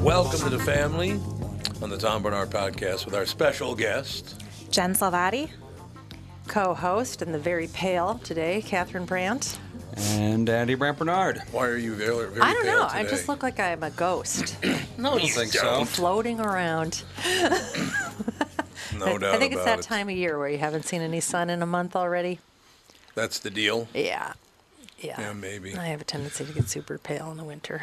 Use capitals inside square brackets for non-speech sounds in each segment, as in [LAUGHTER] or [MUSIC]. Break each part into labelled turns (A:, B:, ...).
A: Welcome to the family on the Tom Bernard Podcast with our special guest.
B: Jen Salvati, co host, and the very pale today, Catherine Brandt.
C: And Andy Brant Bernard.
A: Why are you very, very
B: I don't
A: pale
B: know.
A: Today?
B: I just look like I'm
A: [COUGHS]
B: a ghost
C: No, I don't think so.
B: floating around.
A: No
B: [LAUGHS] I-
A: doubt
B: I think it's
A: about
B: that time of year where you haven't seen any sun in a month already.
A: That's the deal.
B: Yeah. Yeah.
A: Yeah, maybe.
B: I have a tendency to get super pale in the winter.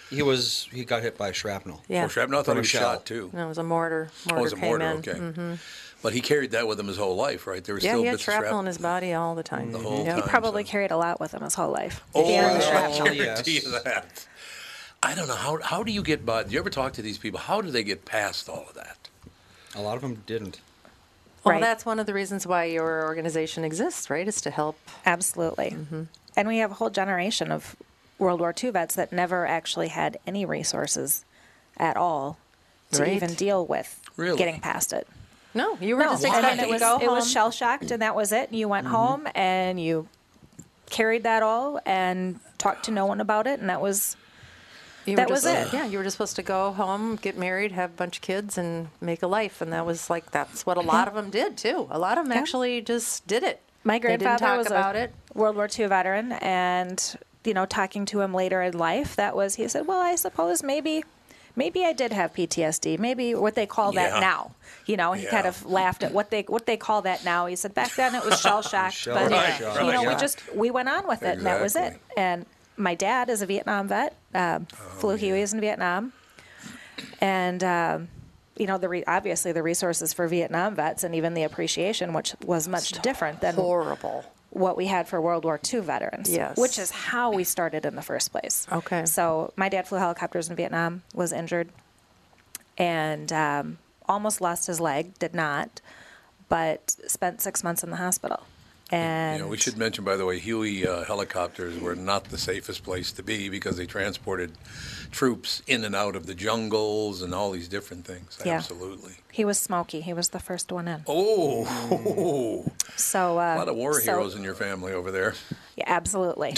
C: He was. He got hit by shrapnel.
B: Yeah.
A: Or shrapnel, I thought
C: From
A: he
C: a
A: was
C: shell.
A: shot too.
B: No, it was a mortar. Mortar
A: oh, it was a
B: came
A: mortar,
B: in. Mm. Mm-hmm.
A: okay. But he carried that with him his whole life, right? There was
B: Yeah,
A: still
B: he had
A: bits of shrapnel
B: shrapnel in his body all the time. The
A: whole
B: yeah.
A: time.
D: Probably
A: so-
D: carried a lot with him his whole life.
A: Oh,
D: Yeah,
A: I
D: the shrapnel.
C: shrapnel.
A: guarantee you
C: Yes.
A: [LAUGHS] that. I don't know. How, how do you get by? Do you ever talk to these people? How do they get past all of that?
C: A lot of them didn't.
B: Well,
D: Right.
B: that's one of the reasons why your organization exists, right? Is to help.
D: Absolutely.
B: Mm-hmm.
D: And we have a whole generation of World War II vets that never actually had any resources at all to
B: Right.
D: even deal with
A: Really?
D: getting past it.
B: No, you were
D: No,
B: just
D: I mean,
B: expected
D: it was,
B: to go
D: it was
B: home.
D: shell shocked, and that was it. You went
A: Mm-hmm.
D: home and you carried that all and talked to no one about it, and that was
B: You
D: That
B: were just-
D: was it.
B: Yeah, you were just supposed to go home, get married, have a bunch of kids, and make a life. And that was like that's [LAUGHS] what a lot of them did too. A lot of them actually just did it.
D: My
B: They didn't
D: grandfather
B: talk
D: was
B: about
D: a
B: it.
D: World War II veteran, and you know, talking to him later in life, that was he said, "Well, I suppose maybe, maybe I did have PTSD. Maybe what they call that
A: Yeah.
D: now." You know, he kind
A: Yeah.
D: of laughed at what they what they call that now. He said back then it was
A: [LAUGHS]
D: shell shocked,
C: Shell
D: but
C: Right,
D: you
C: shock,
D: know, we
C: yeah.
D: just we went on with it, and that was it.
A: Exactly. Oh,
D: And my dad is a Vietnam vet, um, flew Hueys in Vietnam, and. Um, you know the re- obviously the resources for Vietnam vets and even the appreciation, which was much different than
B: Horrible.
D: what we had for World War II veterans,
B: Yes.
D: which is how we started in the first place.
B: Okay.
D: So my dad flew helicopters in Vietnam, was injured, and um, almost lost his leg. Did not, but spent six months in the hospital. And
A: You know, we should mention, by the way, Huey uh, helicopters were not the safest place to be because they transported troops in and out of the jungles and all these different things.
D: Yeah.
A: Absolutely.
D: He was smoky. He was the first one in.
A: Oh,
D: So uh,
A: a lot of war
D: so-
A: heroes in your family over there,
D: Yeah,
A: [LAUGHS]
D: absolutely.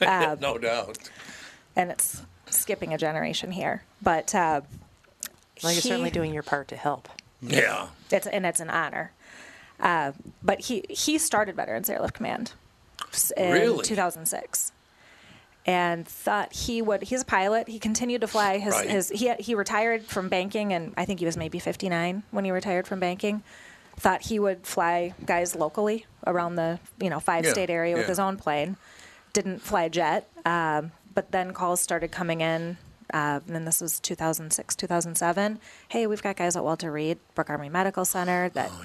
A: no doubt.
D: and it's skipping a generation here, but uh,
B: Well, you're
D: he-
B: certainly doing your part to help.
A: Yeah.
D: It's and it's an honor. Uh, but he he started Veterans Airlift Command s- in
A: Really?
D: 2006, and thought he would. He's a pilot. He continued to fly. His
A: Right.
D: his he he retired from banking, and I think he was maybe 59 when he retired from banking. Thought he would fly guys locally around the you know five
A: Yeah,
D: state area with
A: yeah.
D: his own plane. Didn't fly jet, um, but then calls started coming in. Uh, and then this was 2006, 2007. Hey, we've got guys at Walter Reed, Brook Army Medical Center that
A: Oh,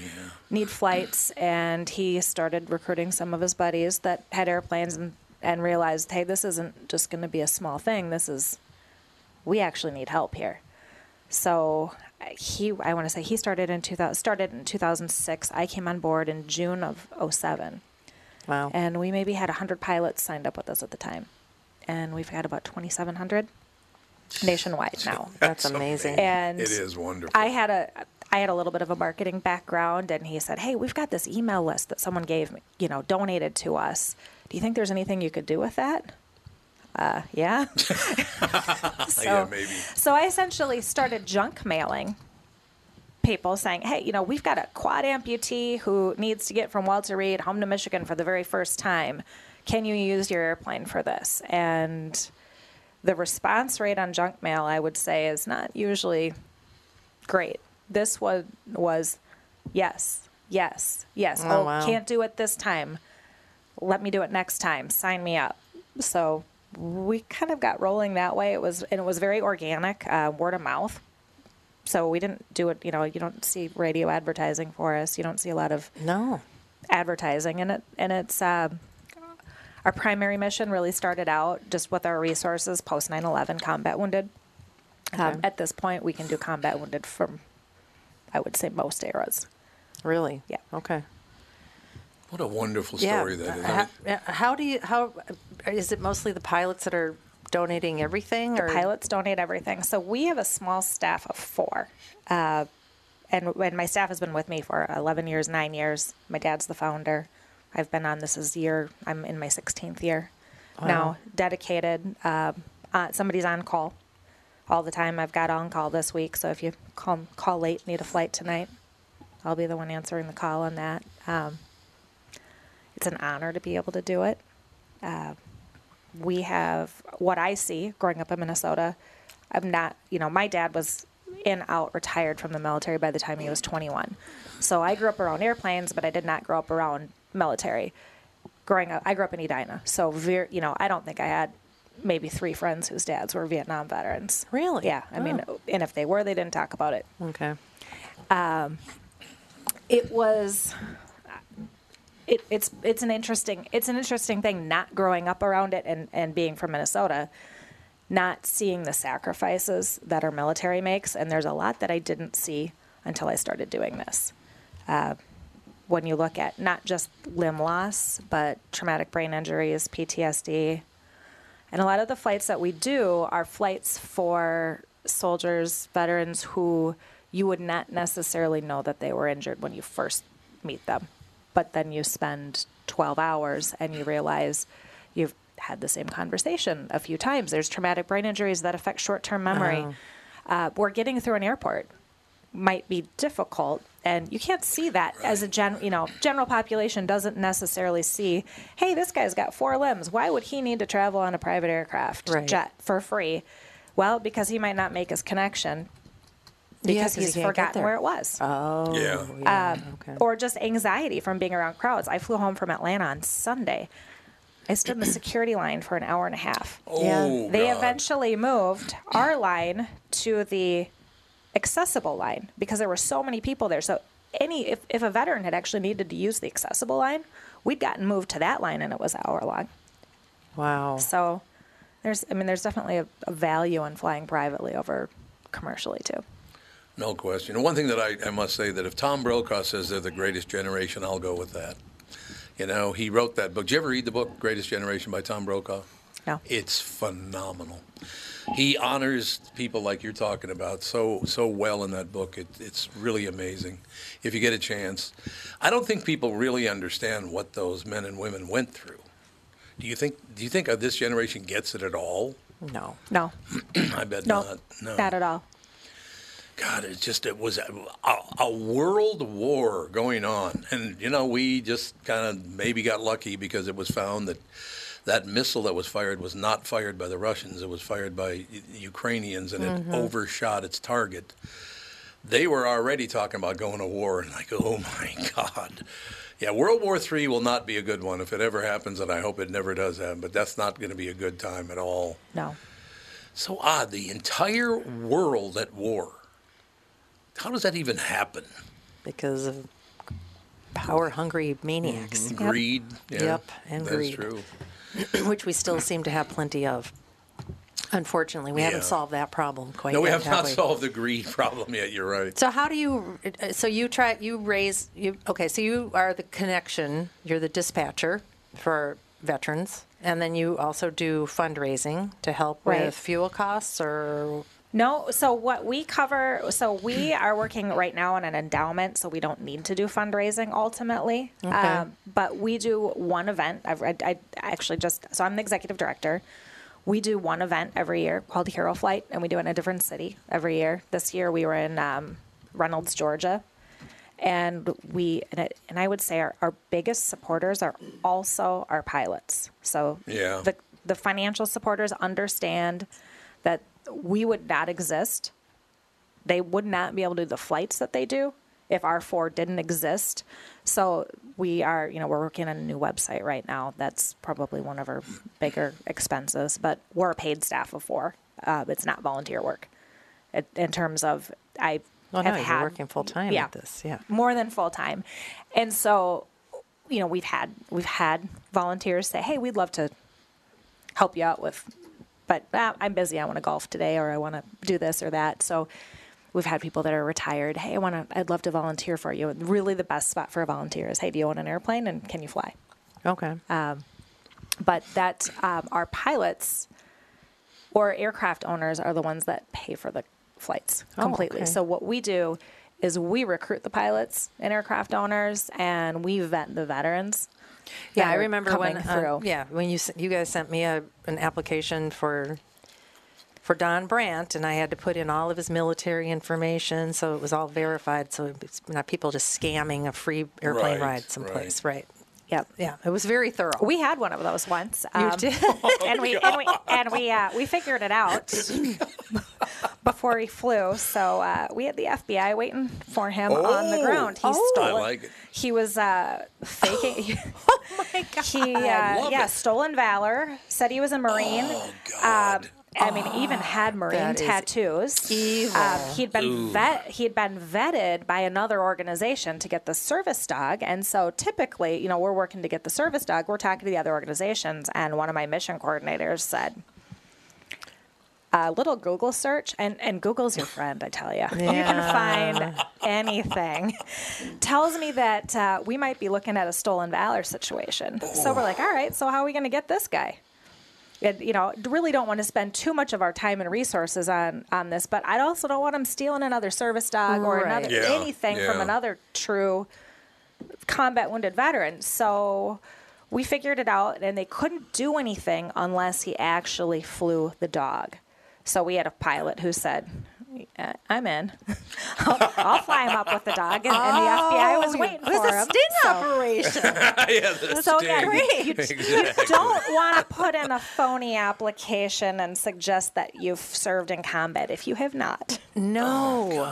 D: need flights. And he started recruiting some of his buddies that had airplanes and, and realized, hey, this isn't just going to be a small thing. This is, we actually need help here. So uh, he, I want to say he started in 2000, started in 2006. I came on board in June of 07
B: Wow.
D: and we maybe had 100 pilots signed up with us at the time and we've had about 2700 nationwide now
A: [LAUGHS]
B: that's amazing.
D: and
A: It is wonderful.
D: i had a i had a little bit of a marketing background and he said hey we've got this email list that someone gave me you know donated to us do you think there's anything you could do with that uh, yeah [LAUGHS] so,
A: yeah, maybe.
D: so I essentially started junk mailing people saying, hey, you know, we've got a quad amputee who needs to get from Walter Reed home to Michigan for the very first time. Can you use your airplane for this? And the response rate on junk mail, I would say, is not usually great. This one was yes, yes, yes.
B: Oh,
D: Oh,
B: wow.
D: can't do it this time. Let me do it next time. Sign me up. So we kind of got rolling that way. It was and it was very organic, uh, word of mouth. So we didn't do it. You know, you don't see radio advertising for us. You don't see a lot of
B: no.
D: advertising and it and it's um our primary mission really started out just with our resources post 9-11 combat wounded um, at this point we can do combat wounded from i would say most eras
B: Really?
D: Yeah.
B: Okay.
A: What a wonderful story that is. I
B: Uh, How,
A: mean,
B: how do you? How is it? Mostly the pilots that are donating everything, or
D: pilots donate everything so we have a small staff of four uh, and, and my staff has been with me for 11 years 9 years my dad's the founder i've been on this is year i'm in my 16th year now dedicated um, uh, somebody's on call all the time i've got on call this week so if you call, call late need a flight tonight i'll be the one answering the call on that um, it's an honor to be able to do it Uh, we have what I see growing up in Minnesota. I'm not, you know, my dad was in out retired from the military by the time he was 21. So I grew up around airplanes, but I did not grow up around military. Growing up, I grew up in Edina. So, very, you know, I don't think I had maybe three friends whose dads were Vietnam veterans.
B: Really?
D: Yeah. I mean, and if they were, they didn't talk about it
B: Okay.
D: it was it, it's it's an interesting it's an interesting thing not growing up around it and and being from Minnesota not seeing the sacrifices that our military makes and there's a lot that I didn't see until I started doing this uh, when you look at not just limb loss but traumatic brain injuries PTSD and a lot of the flights that we do are flights for soldiers, veterans who you would not necessarily know that they were injured when you first meet them. But then you spend 12 hours and you realize you've had the same conversation a few times. There's traumatic brain injuries that affect short term memory. Uh, or getting through an airport might be difficult. And you can't see that as a gen, you know, general population doesn't necessarily see, hey, this guy's got four limbs. Why would he need to travel on a private aircraft
B: Right.
D: jet for free? Well, because he might not make his connection
B: Yeah,
D: because
B: 'cause he
D: he's
B: can't get
D: forgotten
B: there.
D: where it was
A: yeah.
B: Yeah, okay.
D: or just anxiety from being around crowds. I flew home from Atlanta on Sunday. I stood in the security line for an hour and a half.
A: Oh,
D: they
A: God.
D: eventually moved our line to the accessible line because there were so many people there. So any if, if a veteran had actually needed to use the accessible line, we'd gotten moved to that line and it was an hour long.
B: Wow.
D: So there's I mean there's definitely a, a value in flying privately over commercially too.
A: No question. And one thing that I, I must say that if Tom Brokaw says they're the greatest generation, I'll go with that. You know, he wrote that book. Did you ever read the book Greatest Generation by Tom Brokaw?
D: No.
A: It's phenomenal. He honors people like you're talking about so so well in that book. It, it's really amazing. If you get a chance, I don't think people really understand what those men and women went through. Do you think Do you think uh, this generation gets it at all? [CLEARS THROAT]
B: No.
D: No.
A: I bet
D: No.
A: not. No,
D: Not at all.
A: God, it just it was a, a world war going on, and you know we just kind of maybe got lucky because it was found that that missile that was fired was not fired by the Russians; it was fired by U- Ukrainians, and it overshot its target. They were already talking about going to war, and like, oh my [LAUGHS] God, yeah, World War III will not be a good one if it ever happens, and I hope it never does happen. But that's not going to be a good time at all.
D: No.
A: So odd, the entire world at war. How does that even happen?
B: Because of power hungry maniacs,
A: Greed. Yeah,
B: Yep, and
A: that's
B: greed.
A: true. Mm-hmm.
B: [LAUGHS] which we still seem to have plenty of. Unfortunately, we haven't
A: Yeah.
B: solved that problem quite
A: No, we
B: yet.
A: have not
B: we?
A: solved the greed problem yet. You're right.
B: So how do you? uh, So you try. You raise. You okay? So you are the connection. You're the dispatcher for veterans, and then you also do fundraising to help
D: Right.
B: with fuel costs or
D: No, so what we cover, so we are working right now on an endowment, so we don't need to do fundraising ultimately. Um, but we do one event. I've, I, I actually just, so I'm the executive director. We do one event every year called Hero Flight, and we do it in a different city every year. This year we were in um, Reynolds, Georgia. And we, and, it, and I would say our, our biggest supporters are also our pilots. So
A: Yeah.
D: the, the financial supporters understand that we would not exist. They would not be able to do the flights that they do if R4 didn't exist. So we are, you know, we're working on a new website right now. That's probably one of our bigger expenses, but we're a paid staff of four. Uh, it's not volunteer work it, in terms of I
B: Well,
D: have
B: Oh, no, you're
D: had-
B: working full-time at this, yeah.
D: more than full time, and so you know we've had we've had volunteers say, "Hey, we'd love to help you out with, but ah, I'm busy. I want to golf today, or I want to do this or that." So we've had people that are retired. Hey, I want to. I'd love to volunteer for you. And really, the best spot for a volunteer is, "Hey, do you own an airplane and can you fly?"
B: okay.
D: but that um, our pilots or aircraft owners are the ones that pay for the flights
B: Oh,
D: completely.
B: okay.
D: So what we do is we recruit the pilots and aircraft owners, and we vet the veterans.
B: yeah,
D: that
B: I
D: are
B: remember when.
D: coming
B: Uh,
D: through.
B: yeah, when you s- you guys sent me a, an application for for Don Brandt, and I had to put in all of his military information, so it was all verified. So it's not people just scamming a free airplane
A: Right,
B: ride someplace, right?
D: Yep.
B: Yeah, it was very thorough.
D: We had one of those once,
B: you
D: um, [LAUGHS]
B: did.
D: and we and we and we, uh, we figured it out [LAUGHS] before he flew. So uh, we had the FBI waiting for him on the
A: Oh.
D: ground. He
A: Oh. I
D: stole.
A: like it.
D: He was uh, faking. [LAUGHS] He, uh,
A: love
D: yeah,
A: it.
D: stolen valor. Said he was a marine.
B: uh,
A: Oh, God. [LAUGHS]
D: Um, I mean, even had marine
B: Ah, that is
D: tattoos.
B: evil.
D: Um, he'd been vet. He had been vetted by another organization to get the service dog, and so typically, you know, we're working to get the service dog. We're talking to the other organizations, and one of my mission coordinators said. A little Google search, and, and Google's your friend, I tell you. You
B: Yeah.
D: can find anything tells me that uh, we might be looking at a stolen valor situation. So we're like, all right, so how are we going to get this guy? And, you know, really don't want to spend too much of our time and resources on on this, but I also don't want him stealing another service dog or
B: Right.
D: another
A: Yeah,
D: anything from
A: yeah.
D: another true combat wounded veteran. So We figured it out, and they couldn't do anything unless he actually flew the dog. So we had a pilot who said, "Uh, "I'm in. [LAUGHS] I'll, I'll fly him up with the dog," and, and the FBI was waiting
B: It was
D: for
B: a
D: him.
B: sting
D: So-
B: operation.
C: yeah, the
D: So
C: sting.
D: again,
A: [LAUGHS]
D: you, you don't want to put in a phony application and suggest that you've served in combat if you have not.
B: no.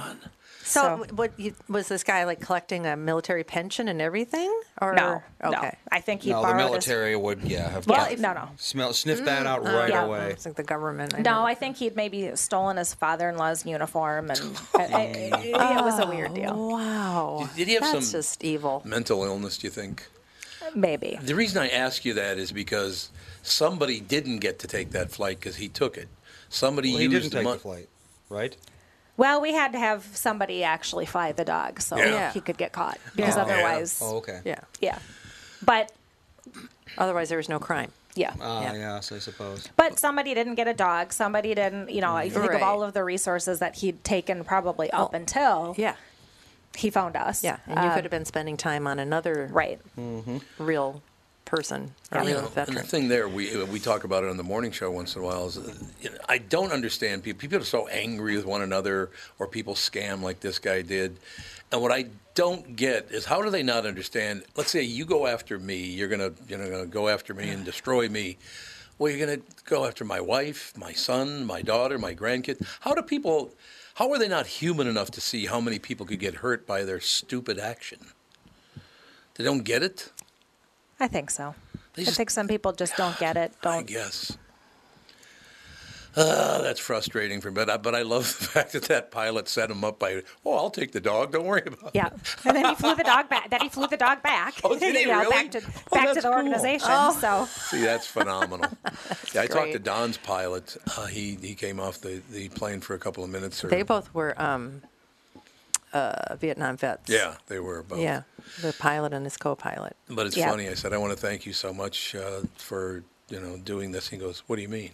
B: So,
D: So-
B: w- what you, was this guy like collecting a military pension and everything? Or
D: No,
B: okay.
D: no. I think he
C: no, the
D: borrowed his-
C: military would yeah have
D: Well,
C: to
D: if- no, no.
C: smell sniff that out right
D: yeah.
B: I
C: away.
B: think the government. I
D: No,
B: know.
D: I think he'd maybe stolen his father-in-law's uniform, and I- I- I- it was a weird deal.
B: Wow.
A: Did he have
B: That's
A: some-
B: just evil.
A: Mental illness, do you think?
D: Maybe.
A: The reason I ask you that is because somebody didn't get to take that flight because he took it. Somebody
C: Well, he
A: used
C: didn't
A: the
C: take
A: mon-
C: the flight, right?
D: Well, we had to have somebody actually fly the dog so
A: Yeah.
D: he could get caught, because
A: Oh, yeah.
D: otherwise,
C: Oh, okay.
B: Yeah.
D: yeah. But
B: Otherwise, there was no crime.
D: yeah.
C: Ah,
B: Yeah.
C: yes, I suppose.
D: But somebody didn't get a dog. Somebody didn't, you know, I think
B: Right. Oh,
D: of all of the resources that he'd taken probably up until
B: Yeah.
D: he found us.
B: Yeah. And you
D: Um,
B: could have been spending time on another
D: Right.
A: Hmm.
B: real person, a
D: Yeah.
B: real
A: know,
B: veteran.
A: And the thing there, we we talk about it on the morning show once in a while. Is uh, you know, I don't understand people. People are so angry with one another, or people scam like this guy did. And what I don't get is how do they not understand? Let's say you go after me, you're gonna you know gonna go after me and destroy me. Well, you're gonna go after my wife, my son, my daughter, my grandkid. How do people? How are they not human enough to see how many people could get hurt by their stupid action? They don't get it.
D: I think so.
A: They
D: I
A: just-
D: think some people just don't get it.
A: I
D: Don't.
A: guess. Ah, that's frustrating for me, but I, but I love [LAUGHS] the fact that that pilot set him up by, oh, I'll take the dog. Don't worry about it.
D: Yeah. And then he flew the dog back. Then he flew the dog back.
A: Oh, did he
D: [LAUGHS] you know,
A: really?
D: Back to,
A: Oh,
D: back to
A: that's
D: the
A: cool.
D: organization.
B: Oh.
D: So
A: See, that's
B: [LAUGHS]
A: phenomenal. yeah, I talked to
B: great.
A: Don's pilot. Uh, he he came off the, the plane for a couple of minutes. Or,
B: They both were um, uh, Vietnam vets.
A: yeah, they were both.
B: Yeah. The pilot and his co pilot.
A: But it's
D: Yeah.
A: funny. I said, I want to thank you so much uh, for you know doing this. He goes, What do you mean?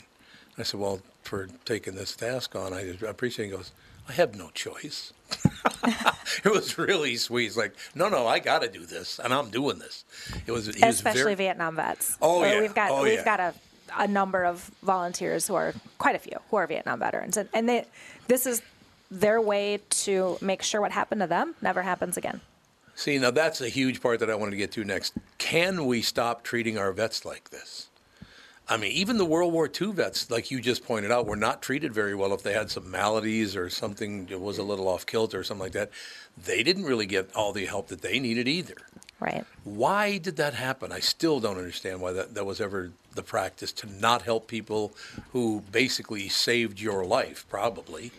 A: I said, Well, for taking this task on. I appreciate. It. He goes, I have no choice. [LAUGHS] it was really sweet. He's like, No, no, I got to do this, and I'm doing this. It was he was
D: especially
A: very-
D: Vietnam vets.
A: Oh,
D: Where
A: yeah.
D: We've got
A: Oh,
D: we've
A: yeah.
D: got a a number of volunteers who are quite a few who are Vietnam veterans, and and they, this is their way to make sure what happened to them never happens again.
A: See, now that's a huge part that I wanted to get to next. Can we stop treating our vets like this? I mean, even the World War II vets, like you just pointed out, were not treated very well if they had some maladies or something that was a little off kilter or something like that. They didn't really get all the help that they needed either.
D: Right.
A: Why did that happen? I still don't understand why that, that was ever the practice to not help people who basically saved your life, probably.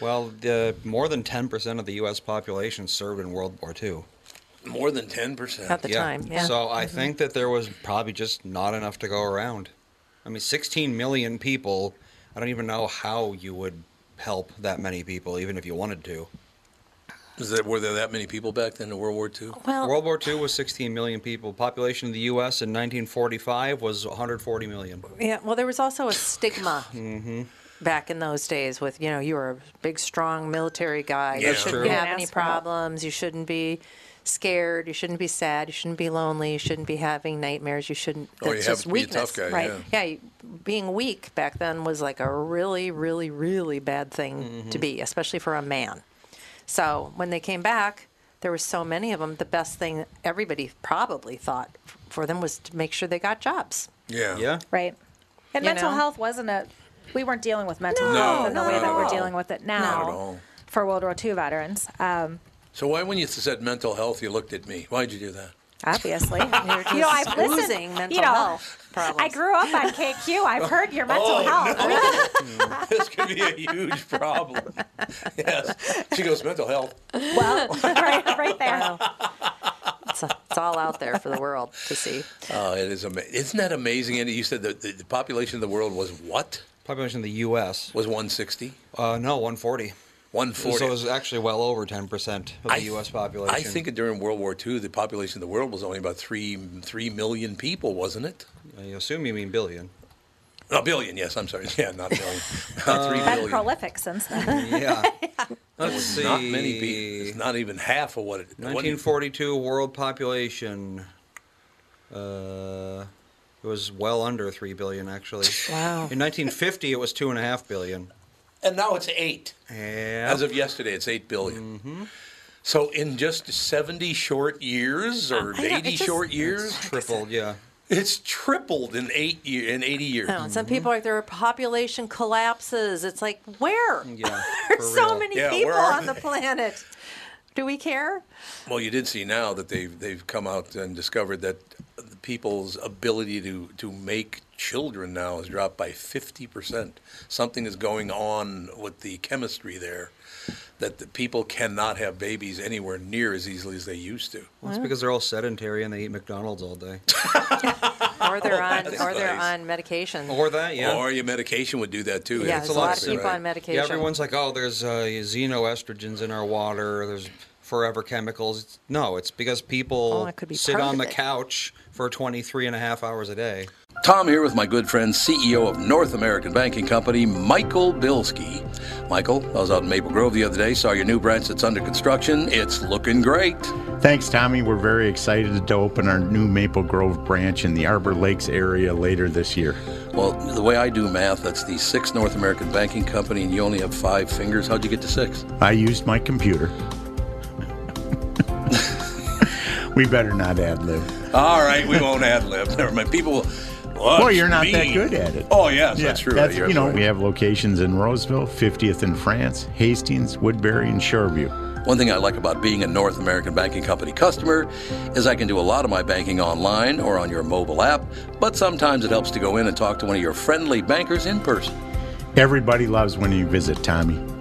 C: Well, the more than ten percent of the U.S. population served in World War II.
A: More than 10%.
B: At the time. Yeah. Mm-hmm.
C: So I think that there was probably just not enough to go around. I mean, 16 million people. I don't even know how you would help that many people, even if you wanted to.
A: Is that, were there that many people back then in World War II?
B: well,
C: World War II was 16 million people. Population of the U.S. in 1945 was 140 million.
B: yeah. Well, there was also a stigma. Back in those days, with you know, you were a big, strong military guy.
A: Yeah.
B: you
A: That's
B: shouldn't
A: true.
B: have
D: Yeah,
B: any
D: that's right.
B: problems. You shouldn't be scared. You shouldn't be sad. You shouldn't be lonely. You shouldn't be having nightmares. You shouldn't.
A: Or you
B: that's
A: have
B: just
A: to be a
B: weakness,
A: tough guy.
D: right.
A: Yeah.
B: yeah, you- being weak back then was like a really, really, really bad thing
A: Mm-hmm.
B: to be, especially for a man. So when they came back, there were so many of them. The best thing everybody probably thought f- for them was to make sure they got jobs.
A: Yeah.
C: Yeah.
D: Right. And
B: You
D: mental
B: know?
D: health wasn't a we weren't dealing with mental
B: No,
D: health in the
B: not
D: way
B: at
D: that
B: all.
D: we're dealing with it now
A: all.
D: for World War II veterans. Um,
A: So why, when you said mental health, you looked at me? Why'd you do that? [LAUGHS]
D: obviously,
B: They're just
D: you know, I've listened.
B: oozing mental
D: you know,
B: health problems.
D: I grew up on KQ. I've heard your mental
A: Oh, [LAUGHS]
D: health.
A: this could be a huge problem. yes. She goes, mental health.
D: Well, [LAUGHS] right, right there.
B: it's, it's all out there for the world to see.
A: Oh, it is amazing. Isn't that amazing? And you said the, the, the population of the world was what?
C: Population of the U.S.
A: Was 160?
C: Uh, no, 140.
A: 140.
C: So it was actually well over 10% of the
A: th-
C: U.S. population.
A: I think during World War II, the population of the world was only about 3, 3 million people, wasn't it?
C: I assume you
B: [LAUGHS]
C: mean billion.
A: A billion, yes, I'm sorry. [LAUGHS] Yeah, not a million. Not 3
D: Been
A: billion.
D: prolific since then.
C: Yeah. Let's see.
A: Not many people. It's not even half of what it what it-
C: 1942 world population. Uh, it was well under three billion actually.
B: Wow.
C: In 1950, it was two and a half billion.
A: And now it's eight.
C: Yeah.
A: As of yesterday, it's eight billion.
B: Mm-hmm.
A: So in just 70 short years or
B: I know, it
A: 80
B: just-
A: short years,
C: tripled. Yeah.
A: it's tripled in eight year, in 80 years.
B: No, and some people are their population collapses. It's like where [LAUGHS]
C: Yeah.
B: there's
C: for
B: so
C: real.
B: many
A: Yeah, where
B: people
A: are
B: on the
A: they?
B: planet. Do we care?
A: Well, you did see now that they've they've come out and discovered that the people's ability to to make children now has dropped by fifty percent. Something is going on with the chemistry there that the people cannot have babies anywhere near as easily as they used to.
C: Well, it's because they're all sedentary and they eat McDonald's
B: [LAUGHS]
C: all day.
B: Or they're on
A: that's
B: or they're
A: nice.
B: on medication.
C: Or that, yeah.
A: Or your medication would do that too.
B: Yeah,
A: It's
B: there's a lot of
A: toxic,
B: people
A: right?
B: on medication.
C: yeah, everyone's like, oh, there's uh, xenoestrogens in our water. There's forever chemicals. It's- No, it's because
B: Oh,
C: people
B: that could be
C: sit
B: part
C: on
B: of
C: the
B: it.
C: couch for 23 and a half hours a day.
A: Tom here with my good friend, CEO of North American Banking Company, Michael Bilski. Michael, I was out in Maple Grove the other day, saw your new branch that's under construction. It's looking great.
E: Thanks, Tommy. We're very excited to open our new Maple Grove branch in the Arbor Lakes area later this year.
A: Well, the way I do math, that's the sixth North American Banking Company, and you only have five fingers. How'd you get to six?
E: I used my
A: [LAUGHS]
E: computer. we better not ad lib.
A: All right, we won't ad lib. Never mind. People will.
E: Well, you're not that good at it.
A: Oh, yes, that's true.
E: That's,
A: You're
E: you know,
A: right.
E: we have locations in Roseville, 50th in France, Hastings, Woodbury, and Shoreview.
A: One thing I like about being a North American Banking Company customer is I can do a lot of my banking online or on your mobile app, but sometimes it helps to go in and talk to one of your friendly bankers in person.
E: Everybody loves when you visit, Tommy.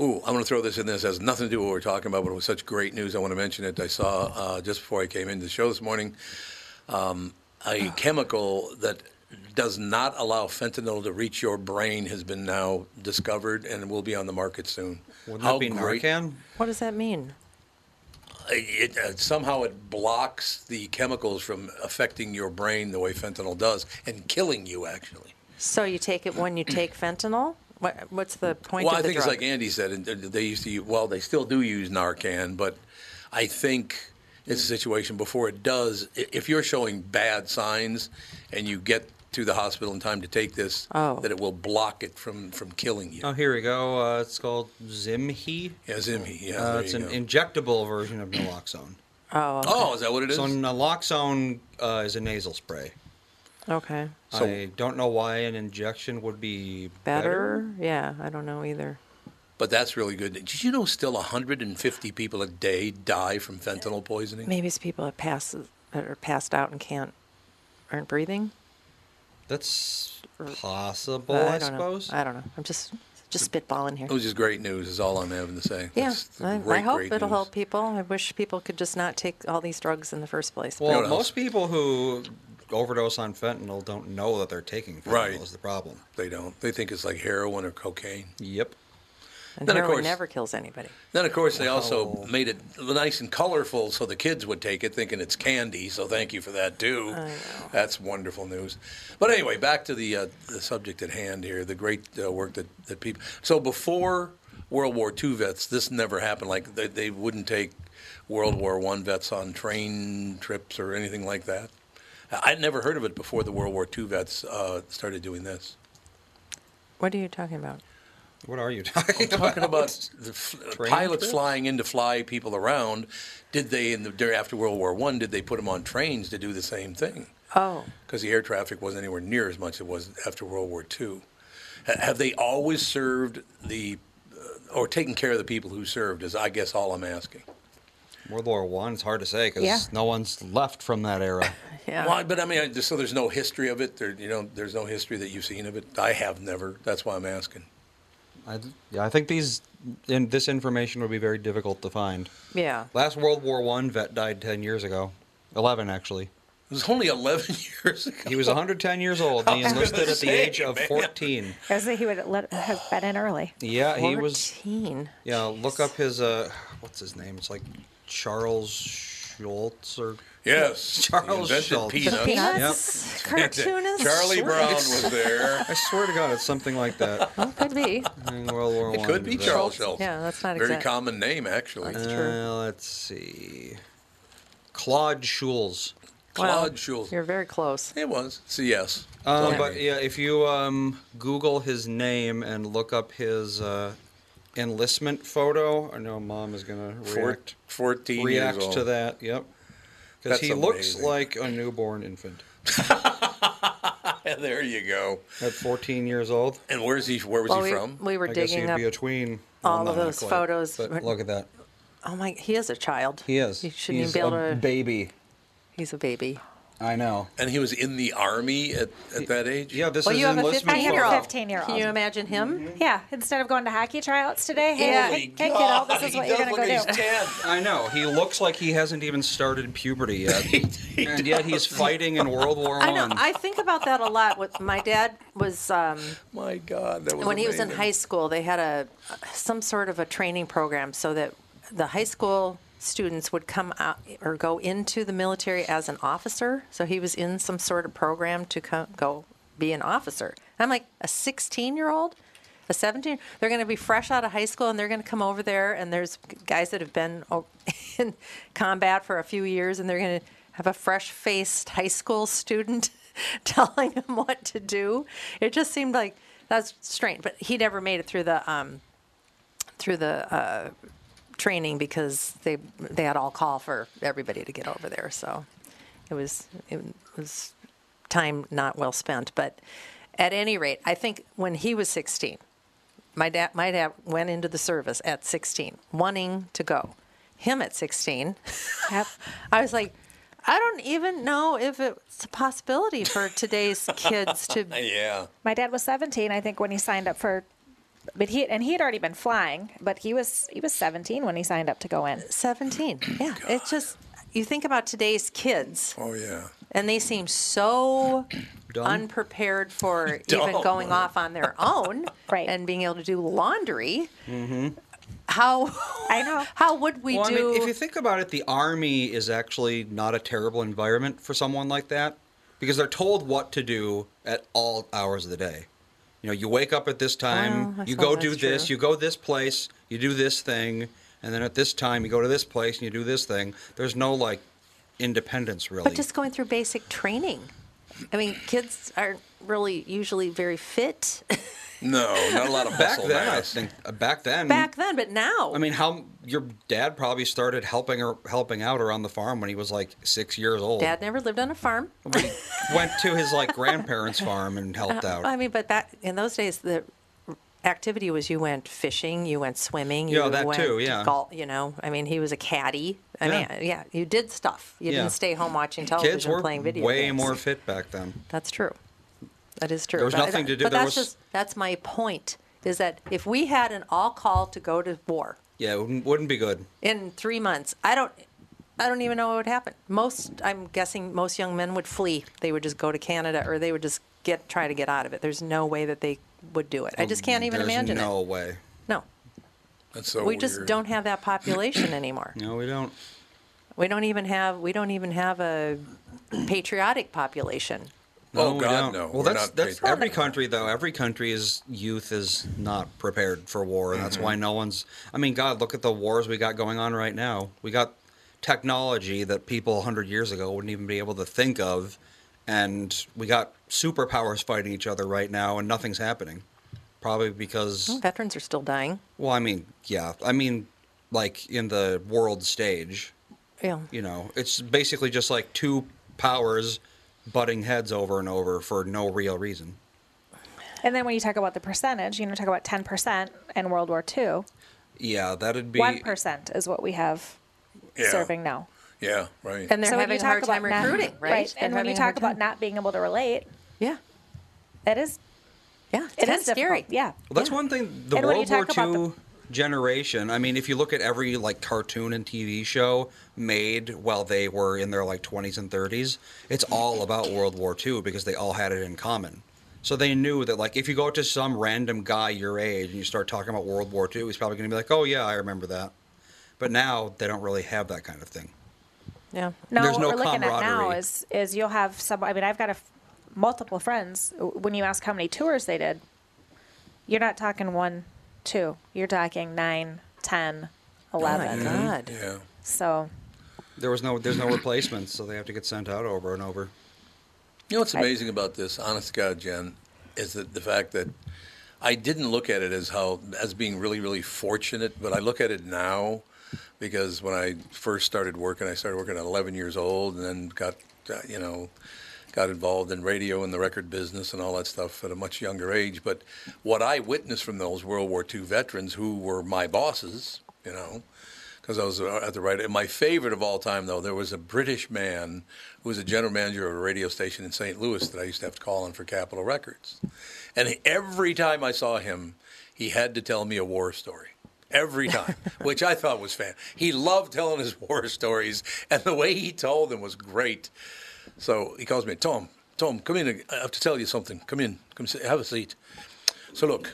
A: Ooh, I'm going to throw this in. This has nothing to do with what we're talking about, but it was such great news. I want to mention it. I saw uh, just before I came into the show this morning um,
C: Ah.
A: a chemical that does not allow fentanyl to reach your brain has been now discovered and will be on the market soon.
C: Wouldn't
A: How
C: that be
A: great-
C: Narcan?
B: What does that mean?
A: it, uh, somehow it blocks the chemicals from affecting your brain the way fentanyl does and killing you actually.
B: So you take it when you take fentanyl? What, what's the point
A: Well,
B: of
A: I
B: the
A: think it's
B: drug?
A: like Andy said, and th- they used to. Use, well, they still do use Narcan, but I think it's a situation before it does. i- If you're showing bad signs and you get to the hospital in time to take this,
B: Oh.
A: that it will block it from from killing you.
C: Oh, here we go. Uh, it's called Zimhi.
A: Yeah, Zimhi. Yeah,
C: Uh,
A: there
C: it's
A: you
C: an
A: go.
C: injectable version of naloxone.
A: oh, is that what it is?
C: So naloxone uh, is a nasal spray.
B: okay.
A: So-
C: I don't know why an injection would be better.
B: Better? Yeah, I don't know either.
A: but that's really good. Did you know still 150 people a day die from fentanyl poisoning?
B: Maybe it's people that pass that are passed out and can't aren't breathing.
C: That's possible,
B: Uh,
C: I,
B: don't
C: suppose.
B: Know. I don't know. I'm just just spitballing here.
A: It was just great news. Is all I'm having to say.
B: Yeah,
A: That's
B: I, I
A: great,
B: hope
A: great
B: it'll
A: news.
B: help people. I wish people could just not take all these drugs in the first place. but-
C: Well,
A: What else?
C: most people who overdose on fentanyl don't know that they're taking fentanyl
A: Right.
C: is the problem.
A: They don't. They think it's like heroin or cocaine.
C: Yep.
B: and
A: then, of
B: heroin
A: course-
B: never kills anybody.
A: Then, of course, they also made it nice and colorful so the kids would take it, thinking it's candy. So, thank you for that, too. That's wonderful news. But anyway, back to the, uh, the subject at hand here the great uh, work that, that people. So, before World War II vets, this never happened. Like, they, they wouldn't take World War One vets on train trips or anything like that. I- I'd never heard of it before the World War II vets uh, started doing this.
B: What are you talking about?
C: What are you talking about?
A: talking
B: [LAUGHS]
A: about the f-
C: Train
A: pilots
C: trips?
A: flying in to fly people around. Did they in the dur- after World War One? Did they put them on trains to do the same thing?
B: Oh,
A: Because the air traffic wasn't anywhere near as much as it was after World War Two. Ha- have they always served the uh, or taken care of the people who served? Is I guess all I'm asking.
C: [LAUGHS] World War One. It's hard to say because
D: Yeah.
C: no one's left from that era.
B: yeah.
A: Well, but I mean, I, just- so there's no history of it. There, you know, there's no history that you've seen of it. I have never. That's why I'm asking.
C: I, th- yeah, I think these in, this information would be very difficult to find.
B: Yeah.
C: Last World War One vet died ten years ago, eleven actually.
A: It was only 11 [LAUGHS] years ago.
C: He was 110 years old. and
A: [LAUGHS] I
C: He
A: was gonna
C: enlisted at the
A: say,
C: age of
A: man.
C: 14.
D: I was he would let, have been in early.
C: Yeah, he was.
B: 14.
C: Yeah, look up his uh, what's his name? It's like Charles Schultz or
A: Yes.
C: Charles
A: invented
C: Schultz. The
A: peanuts.
B: Peanuts, cartoonist.
A: [LAUGHS] Charlie Brown was
C: [LAUGHS]
A: there.
C: I swear to God, it's something like
A: [LAUGHS]
C: that.
B: [LAUGHS] Could be.
C: In World War
A: It
C: One.
A: could be
C: vet.
A: Charles Schultz.
B: Yeah, that's not
A: Very
B: exact.
A: common name, actually.
B: That's true.
C: Uh, let's see. Claude Schulz.
A: Claude
B: Wow.
A: Schulz.
B: You're very close.
A: It was. CS.
C: Um,
A: Yeah.
C: But yeah, if you um, Google his name and look up his uh, enlistment photo, I know mom is gonna
A: Four,
C: react
A: 14
C: react
A: years old.
C: to that. Yep,
A: That's
C: because he looks
A: amazing.
C: like a newborn infant
A: Yeah, [LAUGHS] there you go.
C: at 14 years old.
A: And where's he? Where was
B: Well,
A: he
B: we,
A: from?
B: we were
C: I guess
B: digging
C: he'd
B: up.
C: be a tween.
B: all of
C: not
B: those
C: quite,
B: photos.
C: But look at that.
B: oh my, he is a child.
C: He is.
B: He shouldn't
C: He's
B: even be
C: a
B: able to.
C: baby.
B: he's a baby.
C: I know.
A: and he was in the army at, at that age?
C: Yeah, this
B: Well,
C: is
B: you have a 15
C: enlistment
D: I have a
B: year old.
C: photo.
D: 15-year-old.
B: Can you imagine him?
D: Yeah, instead of going to hockey tryouts today, hey,
B: Yeah.
D: hey,
A: Holy
D: hey, kiddo,
A: Oh God,
D: this is
A: he
D: what you're
A: does
D: gonna
A: look
D: go
A: like
D: do.
A: He's 10.
B: [LAUGHS]
C: I know. He looks like he hasn't even started puberty [LAUGHS] yet, and yet he's fighting in World War
B: I know.
C: One.
B: I think about that a lot. With my dad was um,
A: My God, that was
B: when he was in
A: amazing.
B: high school. They had a some sort of a training program so that the high school students would come out or go into the military as an officer. So he was in some sort of program to come, go be an officer. I'm like a 16 year old. A 17, they're going to be fresh out of high school and they're going to come over there. And there's guys that have been o- [LAUGHS] in combat for a few years and they're going to have a fresh faced high school student [LAUGHS] telling him what to do. It just seemed like that's strange. But he never made it through the um, through the uh, training because they they had all call for everybody to get over there. So it was it was time not well spent. But at any rate, I think when he was 16, my dad my dad went into the service at 16, wanting to go. Him at 16,
D: Yep.
B: [LAUGHS] I was like. I don't even know if it's a possibility for today's kids to
A: Yeah.
D: My dad was 17, I think, when he signed up for, but he and he had already been flying, but he was he was 17 when he signed up to go in.
B: 17.
C: Oh
B: Yeah. It's just, you think about today's kids,
A: Oh, yeah.
B: and they seem so
C: [CLEARS THROAT] Dumb.
B: unprepared
C: [LAUGHS]
B: for even
A: Dumb.
B: going off on their own
D: Right.
B: and being able to do laundry. How
D: I know.
B: [LAUGHS] how would we
C: Well, I
B: do?
C: mean, Mm-hmm. if you think about it, the army is actually not a terrible environment for someone like that because they're told what to do at all hours of the day. You know, you wake up at this time,
B: Oh, I
C: you
B: suppose
C: go do
B: that's
C: this,
B: true.
C: you go this place, you do this thing, and then at this time you go to this place and you do this thing. There's no like independence really.
B: But just going through basic training. I mean, kids aren't really usually very fit
C: Mm-hmm.
A: No, not a lot of
C: back
A: muscle
C: then, I
A: mass.
C: think uh, back then
B: [LAUGHS] back then, but now.
C: I mean, how your dad probably started helping or helping out around the farm when he was like six years old.
B: Dad never lived on a farm.
C: We went to his like grandparents' farm and helped out.
B: I mean, but back in those days, the activity was you went fishing, you went swimming, you
C: Yeah, that
B: went
C: too, yeah.
B: golf. You know, I mean, he was a caddy. I
C: Yeah.
B: mean, yeah, you did stuff. You
C: Yeah.
B: didn't stay home watching television,
C: Kids were
B: playing video
C: way
B: games.
C: more fit back then.
B: That's true. That is true.
C: There was
B: But I-
C: nothing to do.
B: But
C: There
B: that's
C: was-
B: just that's my point. Is that if we had an all call to go to war
C: Yeah, it wouldn't, wouldn't be good.
B: in three months, I don't. I don't even know what would happen. Most, I'm guessing, most young men would flee. They would just go to Canada, or they would just get try to get out of it. There's no way that they would do it. I just can't even
C: There's
B: imagine it.
C: No way.
B: No,
A: That's so
B: we just
A: weird.
B: don't have that population anymore.
C: No, we don't.
B: We don't even have we don't even have a patriotic population.
C: No,
A: Oh,
C: we
A: God,
C: don't.
A: no.
C: Well,
A: We're
C: that's
A: not
C: that's
A: patriotic.
C: every country though. Every country's youth is not prepared for war, and that's
A: Mm-hmm.
C: why no one's. I mean, God, look at the wars we got going on right now. We got technology that people 100 years ago wouldn't even be able to think of, and we got superpowers fighting each other right now, and nothing's happening. Probably
B: Oh,
C: because
B: Veterans are still dying.
C: Well, I mean, yeah. I mean, like in the world stage,
B: Yeah.
C: you know, it's basically just like two powers butting heads over and over for no real reason.
D: And then when you talk about the percentage, you know, talk about 10% in World War II.
C: Yeah, that'd be
D: One percent is what we have
A: yeah.
D: serving now.
A: Yeah, right.
B: And they're
D: when
B: having
D: you
B: a hard
D: talk
B: time
D: about not-
B: recruiting, right?
D: And
B: They're
D: when you
B: having a hard
D: talk about
B: time.
D: not being able to relate,
B: yeah,
D: that is
B: Yeah, it's
D: It
B: kinda
D: is
B: scary.
D: difficult. Yeah.
C: Well, that's one thing. The
D: And when you
C: World War
D: talk about
C: II generation. I mean, if you look at every like cartoon and TV show made while they were in their like 20s and 30s, it's all about World War II because they all had it in common. So they knew that like if you go to some random guy your age and you start talking about World War II, he's probably going to be like, "Oh yeah, I remember that." But now they don't really have that kind of thing.
B: Yeah.
D: No,
C: There's
D: what
C: no
D: we're looking at now
C: camaraderie.
D: is is you'll have some. I mean, I've got a f- multiple friends. When you ask how many tours they did, you're not talking one, two. You're talking nine, ten, eleven.
B: Oh God.
A: Yeah.
D: So
C: There was no
D: [LAUGHS]
C: there's no replacements, so they have to get sent out over and over.
A: You know what's amazing about this, honest to God, Jen, is that the fact that I didn't look at it as how as being really, really fortunate, but I look at it now because when I first started working, I started working at 11 years old, and then got uh, you know got involved in radio and the record business and all that stuff at a much younger age. But what I witnessed from those World War II veterans who were my bosses, you know, because I was uh, at the right. And my favorite of all time, though, there was a British man who was a general manager of a radio station in St. Louis that I used to have to call on for Capitol Records. And every time I saw him, he had to tell me a war story. Every time, which I thought was fan. He loved telling his war stories, and the way he told them was great. So he calls me, Tom, Tom, come in. I have to tell you something. Come in. Come sit, have a seat. So look,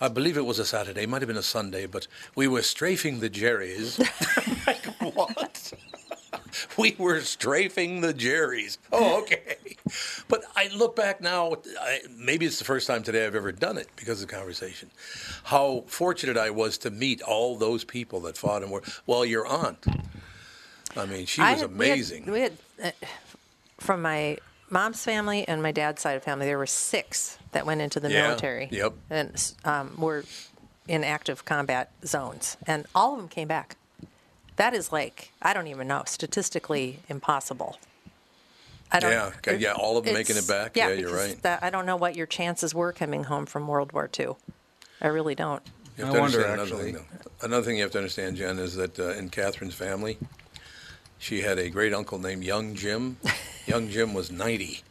A: I believe it was a Saturday, might have been a Sunday, but we were strafing the
B: [LAUGHS]
A: Jerry's. like, what? we were strafing the Jerry's. Oh, okay. But I look back now, I, maybe it's the first time today I've ever done it because of the conversation. How fortunate I was to meet all those people that fought and were, well, your aunt. I mean, she
B: I
A: was
B: had-
A: amazing.
B: We had, we had uh, from my mom's family and my dad's side of family, there were six that went into the
A: Yeah,
B: military.
A: yep.
B: And um, were in active combat zones, and all of them came back. That is like I don't even know statistically impossible. I don't.
A: Yeah, okay, yeah, all of 'em making
B: it's-
A: it back?
B: Yeah,
A: Yeah, you're
B: because
A: right.
B: That, I don't know what your chances were coming home from World War II. I really don't.
A: You
C: I
A: have to
C: wonder,
A: understand another thing,
C: actually.
A: though. Another thing you have to understand, Jen, is that uh, in Catherine's family, she had a great uncle named Young
B: [LAUGHS]
A: Jim. Young Jim was 90.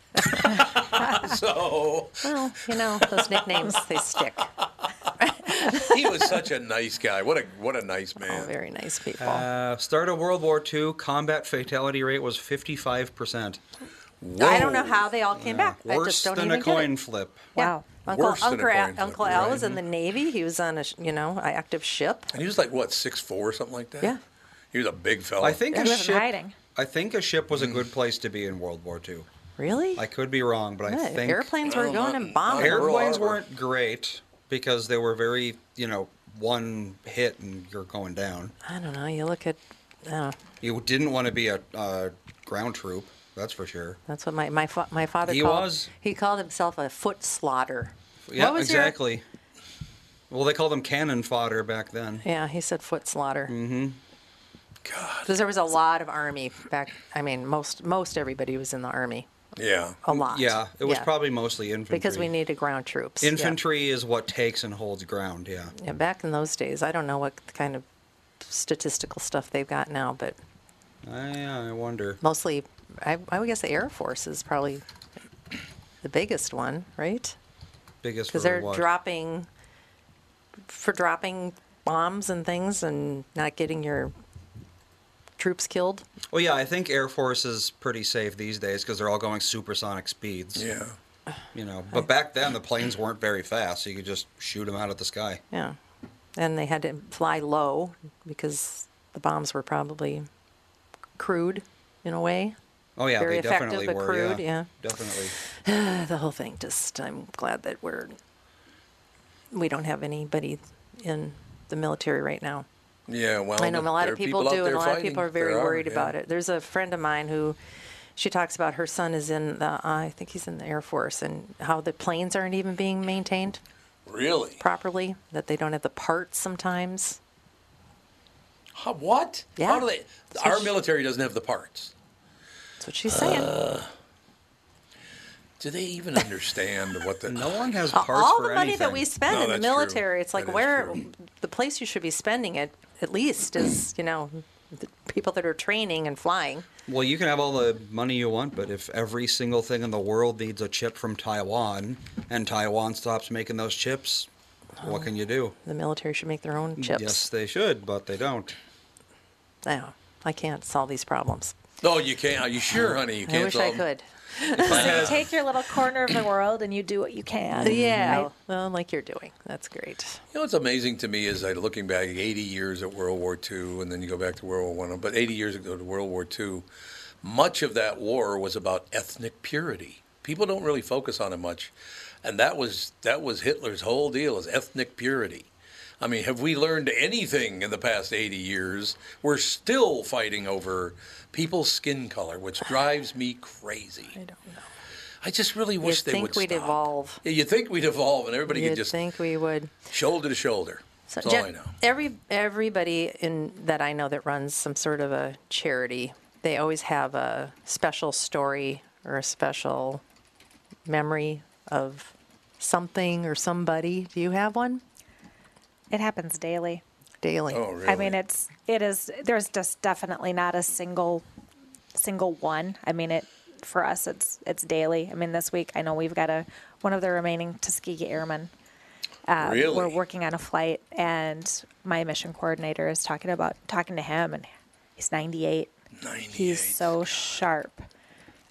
A: so
B: Well, you know those nicknames they
A: [LAUGHS]
B: stick.
A: he was such a nice guy. What a what a nice
B: All
A: man.
B: Oh, very nice people.
C: Uh, start of World War II, combat fatality rate was 55 percent.
B: I don't
A: Whoa.
B: know how they all came back. I
C: Worse
B: just don't
C: than
B: even
C: a coin
B: get it.
C: flip.
D: wow.
B: Uncle
A: Worse than a
B: Uncle,
A: coin
B: Al,
A: flip,
B: Uncle Al was in the Navy. He was on a sh- you know a active ship.
A: And he was like what six four or something like that.
B: Yeah.
A: he was a big fella.
B: [LAUGHS]
C: I think
D: Yeah,
C: a
D: he wasn't
C: ship.
D: hiding.
C: I think a ship was a good place to be in World War II.
B: Really?
C: I could be wrong, but I
B: Yeah,
C: think
B: airplanes were
A: Well,
B: going
A: not-
B: and bombing.
A: Air-
B: them.
C: airplanes
A: Pearl Harbor.
C: weren't great because they were very, you know, one hit and you're going down.
B: I don't know. You look at. I don't know.
C: You didn't want to be a uh, ground troop, that's for sure.
B: That's what my my, fa- my father
C: He
B: called.
C: was.
B: He called himself a foot slaughter.
C: Yeah,
B: What was your-
C: exactly. Well, they called them cannon fodder back then.
B: Yeah, he said foot slaughter
C: Mm-hmm.
A: God.
B: because there was a lot of army back. I mean, most most everybody was in the army.
A: Yeah.
B: A lot.
C: Mm, Yeah, it was probably mostly infantry.
B: because we needed ground troops. Yeah.
C: Infantry is what takes and holds ground, yeah.
B: Yeah, back in those days, I don't know what kind of statistical stuff they've got now, but
C: Uh, I, I wonder.
B: mostly, I, I would guess the Air Force is probably the biggest one, right?
C: Biggest
B: Because
C: for
B: they're
C: what?
B: dropping for dropping bombs and things and not getting your troops killed.
C: Well, yeah, I think Air Force is pretty safe these days because they're all going supersonic speeds.
A: Yeah.
C: You know, but back then the planes weren't very fast, so you could just shoot them out at the sky.
B: Yeah, and they had to fly low because the bombs were probably crude in a way.
C: Oh yeah,
B: Very
C: they
B: effective,
C: definitely
B: but
C: were.
B: crude, yeah.
C: definitely.
B: the whole thing just i'm glad that we're we don't have anybody in the military right now
A: Yeah. Well,
B: i know
A: but
B: a lot
A: there
B: of people,
A: out
B: do
A: there
B: and a lot of
A: fighting.
B: people are very
A: There
B: worried
A: yeah.
B: about it there's a friend of mine who she talks about her son is in the uh, i think he's in the air force and how the planes aren't even being maintained
A: Really?
B: properly that they don't have the parts sometimes
A: How, what?
B: Yeah.
A: How do they?
B: That's what
A: Our
B: she-
A: military doesn't have the parts.
B: that's what she's saying
A: Uh, Do they even understand what the?
C: [LAUGHS] No one has
B: Uh,
C: parts
B: all
C: for
B: the money
C: anything.
B: that we spend
A: No,
B: in the
A: that's true.
B: military it's like
A: That is
B: where
A: true.
B: the place you should be spending it at least is you know the people that are training and flying
C: Well, you can have all the money you want, but if every single thing in the world needs a chip from Taiwan, and Taiwan stops making those chips, what can you do?
B: The military should make their own chips.
C: Yes, they should, but they don't.
B: No, I can't solve these problems.
A: No, Oh, you can't. Are you sure, honey? You can't
B: Uh, I wish
A: solve
B: I
A: them?
B: could.
D: [LAUGHS] So you take your little corner of the world and you do what you can.
B: Yeah.
D: right?
B: Well, like you're doing. That's great.
A: You know what's amazing to me is like looking back 80 years at World War II, and then you go back to World War One. But 80 years ago to World War II, much of that war was about ethnic purity. People don't really focus on it much, and that was that was Hitler's whole deal is ethnic purity. I mean, have we learned anything in the past 80 years? We're still fighting over people's skin color,
B: [SIGHS]
A: which drives me crazy. I don't know. I just really wish
B: You'd
A: they
B: think
A: would
B: we'd
A: stop.
B: evolve.
A: Yeah, you'd think we'd evolve, and everybody could
B: You'd
A: just
B: think we would.
A: shoulder to shoulder. That's all
B: Jeff,
A: I know.
B: Every everybody in that I know that runs some sort of a charity, they always have a special story or a special memory of something or somebody. Do you have one
D: It happens daily.
B: daily?
A: Oh, really?
D: I mean, it's it is. There's just definitely not a single single one. I mean, it for us, it's it's daily. I mean, this week I know we've got a one of the remaining Tuskegee Airmen. Uh,
A: Really?
D: We're working on a flight, and my mission coordinator is talking about talking to him, and he's 98.
A: 98.
D: He's so sharp.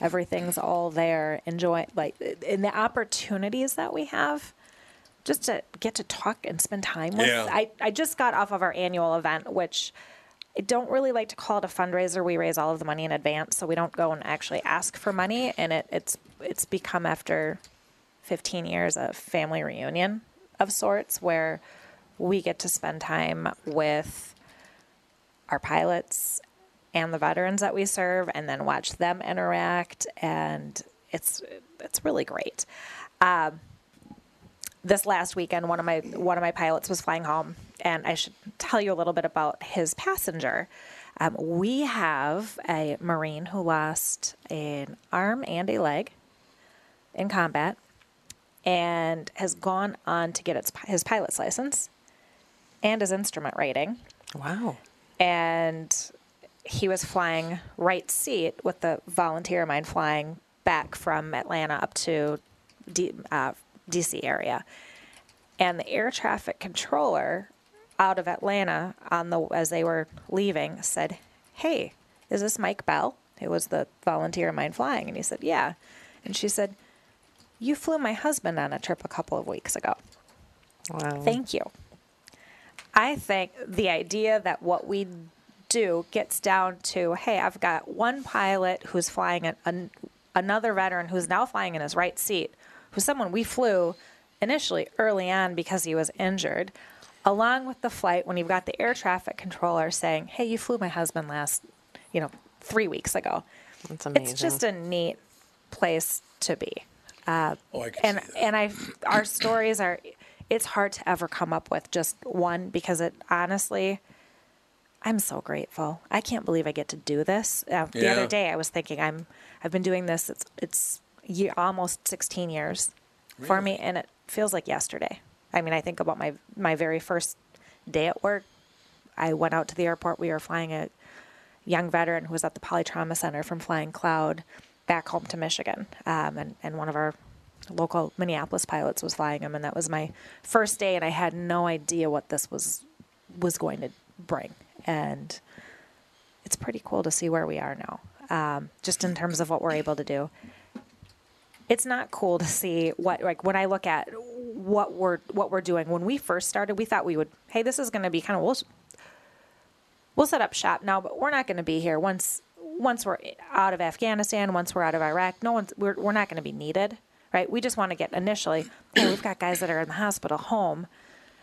D: Everything's all there. Enjoy like and the opportunities that we have just to get to talk and spend time with.
A: Yeah.
D: I, I just got off of our annual event, which I don't really like to call it a fundraiser. We raise all of the money in advance, so we don't go and actually ask for money. And it, it's it's become after 15 years a family reunion of sorts where we get to spend time with our pilots and the veterans that we serve and then watch them interact and it's it's really great this last weekend one of my one of my pilots was flying home and i should tell you a little bit about his passenger um, we have a marine who lost an arm and a leg in combat and has gone on to get its, his pilot's license and his instrument rating
B: Wow.
D: and he was flying right seat with the volunteer of mine flying back from Atlanta up to D, uh, DC area, and the air traffic controller out of Atlanta on the as they were leaving said, "Hey, is this Mike Bell?" Who was the volunteer of mine flying, and he said, "Yeah," and she said, "You flew my husband on a trip a couple of weeks ago."
B: Wow.
D: Thank you. I think the idea that what we do gets down to hey, I've got one pilot who's flying an, an, another veteran who's now flying in his right seat, who's someone we flew initially early on because he was injured, along with the flight when you've got the air traffic controller saying, hey, you flew my husband last, you know, three weeks ago.
B: That's amazing.
D: It's just a neat place to be
A: oh, I can
D: and
A: see that.
D: and I our stories are it's hard to ever come up with just one because it honestly I'm so grateful. I can't believe I get to do this. Uh, the
A: Yeah.
D: other day I was thinking I'm I've been doing this it's it's ye almost 16 years for me and it feels like yesterday. I mean, I think about my my very first day at work. I went out to the airport. We were flying a young veteran who was at the Polytrauma Center from Flying Cloud back home to Michigan. Um, and, and one of our local Minneapolis pilots was flying him. And that was my first day. And I had no idea what this was, was going to bring. And it's pretty cool to see where we are now, um, just in terms of what we're able to do. It's not cool to see what like when I look at what we're what we're doing. When we first started, we thought we would, hey, this is going to be kind of we'll, we'll set up shop now, but we're not going to be here once once we're out of Afghanistan, once we're out of Iraq. No one's we're we're not going to be needed, right? We just want to get initially. Hey, we've got guys that are in the hospital home.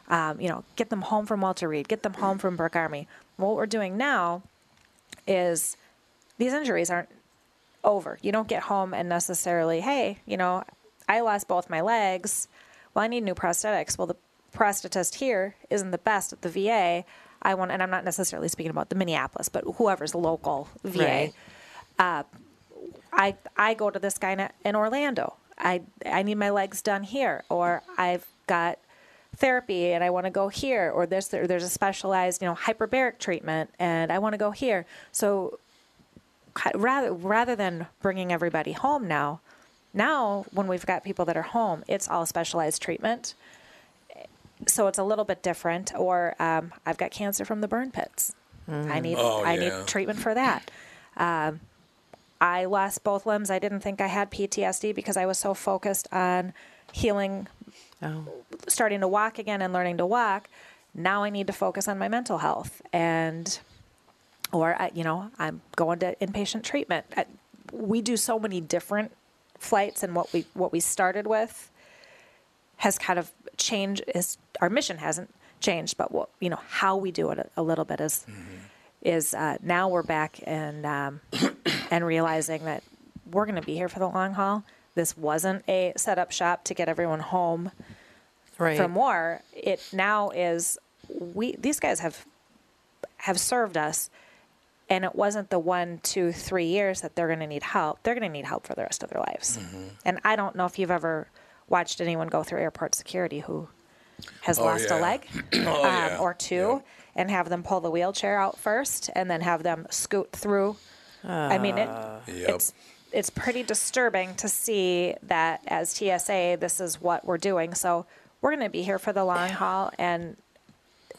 D: Um, you know, get them home from Walter Reed, get them home from Burke Army. What we're doing now is these injuries aren't over. You don't get home and necessarily, hey, you know, I lost both my legs. Well, I need new prosthetics. Well, the prosthetist here isn't the best at the VA. I want, and I'm not necessarily speaking about the Minneapolis, but whoever's local VA.
B: Right.
D: I I go to this guy in, in Orlando. I I need my legs done here, or I've got therapy and I want to go here, or there's there, there's a specialized you know hyperbaric treatment and I want to go here. So ki- rather rather than bringing everybody home now, Now, when we've got people that are home, it's all specialized treatment. So it's a little bit different. Or um, I've got cancer from the burn pits. I need
A: Oh,
D: I
A: yeah.
D: need treatment for that. Um, I lost both limbs. I didn't think I had PTSD because I was so focused on healing
B: Oh.
D: starting to walk again and learning to walk now i need to focus on my mental health and or I, you know i'm going to inpatient treatment I, we do so many different flights and what we what we started with has kind of changed is our mission hasn't changed but what you know how we do it a, a little bit is is uh, now we're back and um, [COUGHS] and realizing that we're going to be here for the long haul this wasn't a setup shop to get everyone home
B: Right.
D: from war it now is we these guys have have served us and it wasn't the one two three years that they're going to need help they're going to need help for the rest of their lives
A: Mm-hmm.
D: and i don't know if you've ever watched anyone go through airport security who has
A: Oh,
D: lost
A: yeah.
D: a leg
A: [CLEARS THROAT]
D: um,
A: Oh, yeah.
D: or two
A: Yeah.
D: and have them pull the wheelchair out first and then have them scoot through i mean it,
A: Yep.
D: it's it's pretty disturbing to see that as TSA, this is what we're doing. So we're going to be here for the long haul and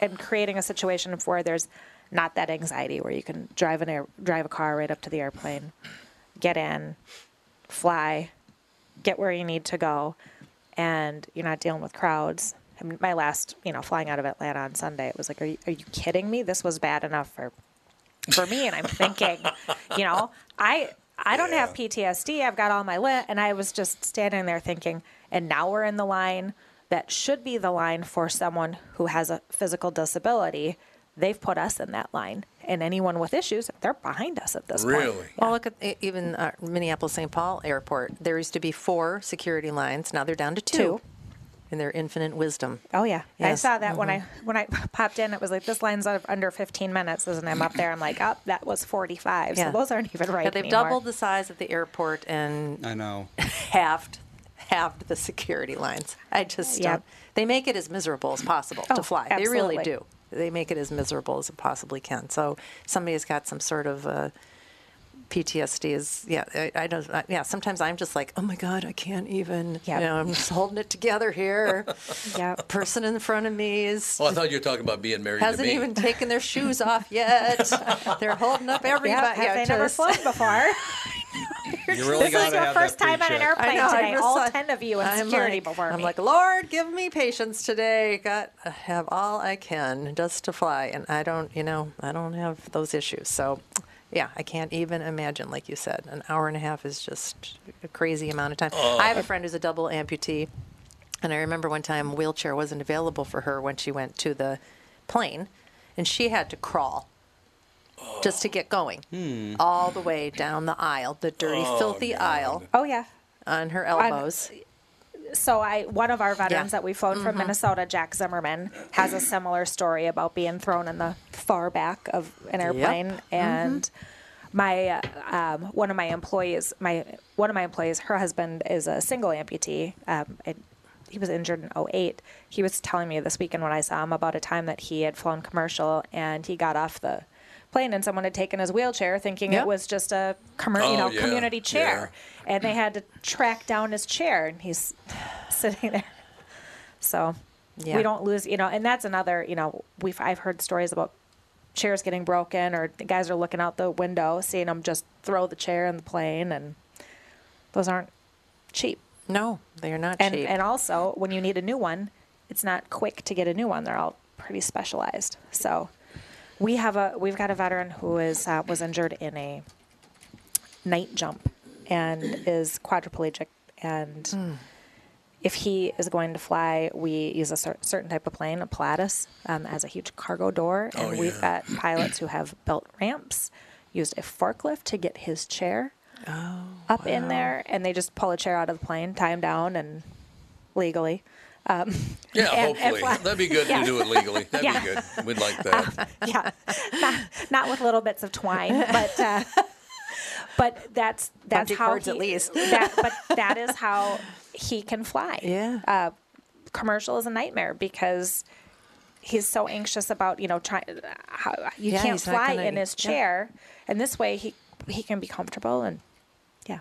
D: and creating a situation of where there's not that anxiety where you can drive an air, drive a car right up to the airplane, get in, fly, get where you need to go, and you're not dealing with crowds. I mean, my last, you know, flying out of Atlanta on Sunday, it was like, are you, are you kidding me? This was bad enough for for me and i'm thinking [LAUGHS] you know i i don't have ptsd i've got all my lit and i was just standing there thinking and now we're in the line that should be the line for someone who has a physical disability they've put us in that line and anyone with issues they're behind us at this point
A: Really?
B: Well, look at e- even uh, Minneapolis St. Paul Airport. There used to be four security lines. Now they're down to two,
D: Two.
B: in their infinite wisdom.
D: oh yeah i
B: Yes. Mm-hmm.
D: saw that when i when i [LAUGHS] popped in it was like this line's out of under 15 minutes and i'm up there i'm like oh that was 45
B: Yeah.
D: so those aren't even right
B: Yeah, they've
D: anymore.
B: doubled the size of the airport and
C: I know.
B: halved halved the security lines. I just
D: Yeah.
B: don't. They make it as miserable as possible to
D: Oh,
B: fly. They really
D: absolutely.
B: do. They make it as miserable as it possibly can. So somebody has got some sort of uh, PTSD. Is yeah, I, I don't. I, yeah, sometimes I'm just like, oh my god, I can't even.
D: Yeah.
B: You know, I'm just holding it together
D: [LAUGHS]
B: here.
D: yeah
B: [LAUGHS] Person in front of me is
A: Well, I thought you were talking about being married
B: hasn't
A: to me.
B: even taken their shoes off
D: [LAUGHS]
B: yet. They're holding up everybody.
D: yeah, have
B: yeah,
D: they
B: to
D: never
B: us.
D: flown
B: [LAUGHS]
D: before?
C: You really
D: this is
C: got to
D: your
C: have
D: first
C: that
D: time on an
C: pre-check.
D: airplane today.
B: just
D: All
B: like-
D: ten of you in
B: I'm
D: security
B: like,
D: before
B: I'm
D: me.
B: like, Lord, give me patience today. Got I have all I can just to fly, and I don't, you know, I don't have those issues. So, yeah, I can't even imagine. Like you said, an hour and a half is just a crazy amount of time. I have a friend who's a double amputee, and I remember one time a wheelchair wasn't available for her when she went to the plane, and she had to crawl. Just to get going, all the way down the aisle, the dirty, filthy aisle
D: oh yeah.
B: on her elbows.
D: So I, one of our veterans
B: Yeah. Mm-hmm.
D: that we flown from Minnesota, Jack Zimmerman, has a similar story about being thrown in the far back of an airplane,
B: Mm-hmm.
D: and my uh, um, one of my employees, my one of my employees, her husband is a single amputee. Um, it, he was injured in 08. He was telling me this weekend when I saw him about a time that he had flown commercial and he got off the plane and someone had taken his wheelchair thinking
B: Yeah.
D: it was just a commer- you
A: Oh,
D: know
A: yeah,
D: community chair
A: yeah.
D: and they had to track down his chair and he's [LAUGHS] sitting there so
B: Yeah.
D: we don't lose you know and that's another you know we've i've heard stories about chairs getting broken or the guys are looking out the window seeing them just throw the chair in the plane and those aren't cheap
B: No, they are not
D: and
B: cheap.
D: and also when you need a new one it's not quick to get a new one they're all pretty specialized so we have a we've got a veteran who is uh, was injured in a night jump and is quadriplegic and if he is going to fly we use a cer- certain type of plane a pilatus um, that has a huge cargo door and
A: Oh,
D: we've
A: yeah.
D: got pilots who have built ramps used a forklift to get his chair up in there and they just pull a chair out of the plane tie him down and
B: [LAUGHS]
D: legally
A: yeah,
D: [LAUGHS] and- and
A: hopefully.
D: fly.
A: [LAUGHS] That'd be good
D: Yeah.
A: to do it legally. That'd
D: Yeah.
A: be good. We'd
D: [LAUGHS]
A: like that.
D: yeah, not, not with little bits of twine, but uh, but that's that's
B: Bungee
D: how
B: cords at
D: he-
B: least.
D: [LAUGHS] That, but that is how he can fly.
B: Yeah.
D: Uh, commercial is a nightmare because he's so anxious about you know trying how you
B: Yeah,
D: can't
B: he's not
D: fly
B: gonna-
D: in his
B: yeah.
D: chair, and this way he he can be comfortable and yeah.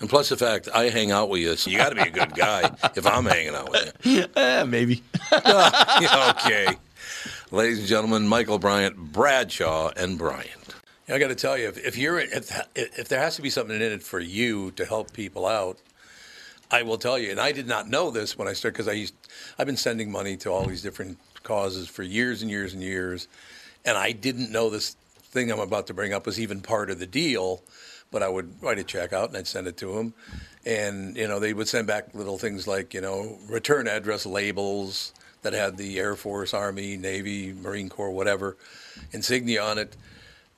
A: And plus the fact I hang out with you, so you got to be a good guy if I'm hanging out with you.
F: Eh, maybe.
A: [LAUGHS] okay. Ladies and gentlemen, Michael Bryant, Bradshaw, and Bryant. I got to tell you, if, if you're if if there has to be something in it for you to help people out, I will tell you. And I did not know this when I started because I used I've been sending money to all these different causes for years and years and years, and I didn't know this thing I'm about to bring up was even part of the deal. But I would write a check out and I'd send it to them, and you know they would send back little things like you know return address labels that had the Air Force, Army, Navy, Marine Corps, whatever insignia on it.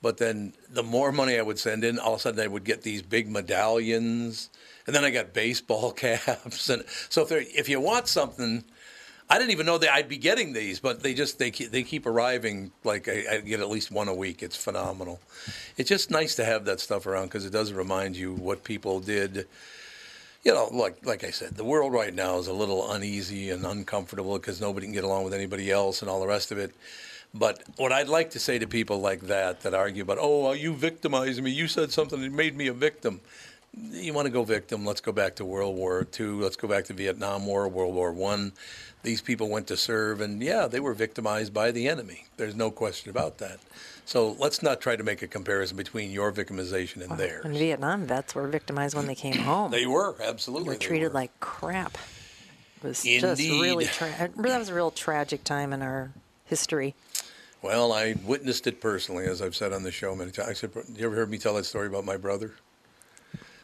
A: But then the more money I would send in, all of a sudden I would get these big medallions, and then I got baseball [LAUGHS] caps. And so if there, if you want something, I didn't even know that I'd be getting these, but they just they keep, they keep arriving. Like I, I get at least one a week. It's phenomenal. It's just nice to have that stuff around because it does remind you what people did you know, like like I said, the world right now is a little uneasy and uncomfortable because nobody can get along with anybody else and all the rest of it. But what I'd like to say to people like that that argue about, oh, well, you victimized me. You said something that made me a victim. You want to go victim? Let's go back to World War II. Let's go back to Vietnam War, World War One. These people went to serve, and yeah, they were victimized by the enemy. There's no question about that. So let's not try to make a comparison between your victimization and
B: And
A: theirs.
B: Vietnam vets were victimized when
A: [CLEARS THROAT]
B: they came home.
A: They were absolutely
B: were
A: they
B: treated
A: were.
B: like crap. It was just really
A: Indeed.
B: tra- that was a real tragic time in our history.
A: Well, I witnessed it personally, as I've said on the show many times. I said, You ever heard me tell that story about my brother?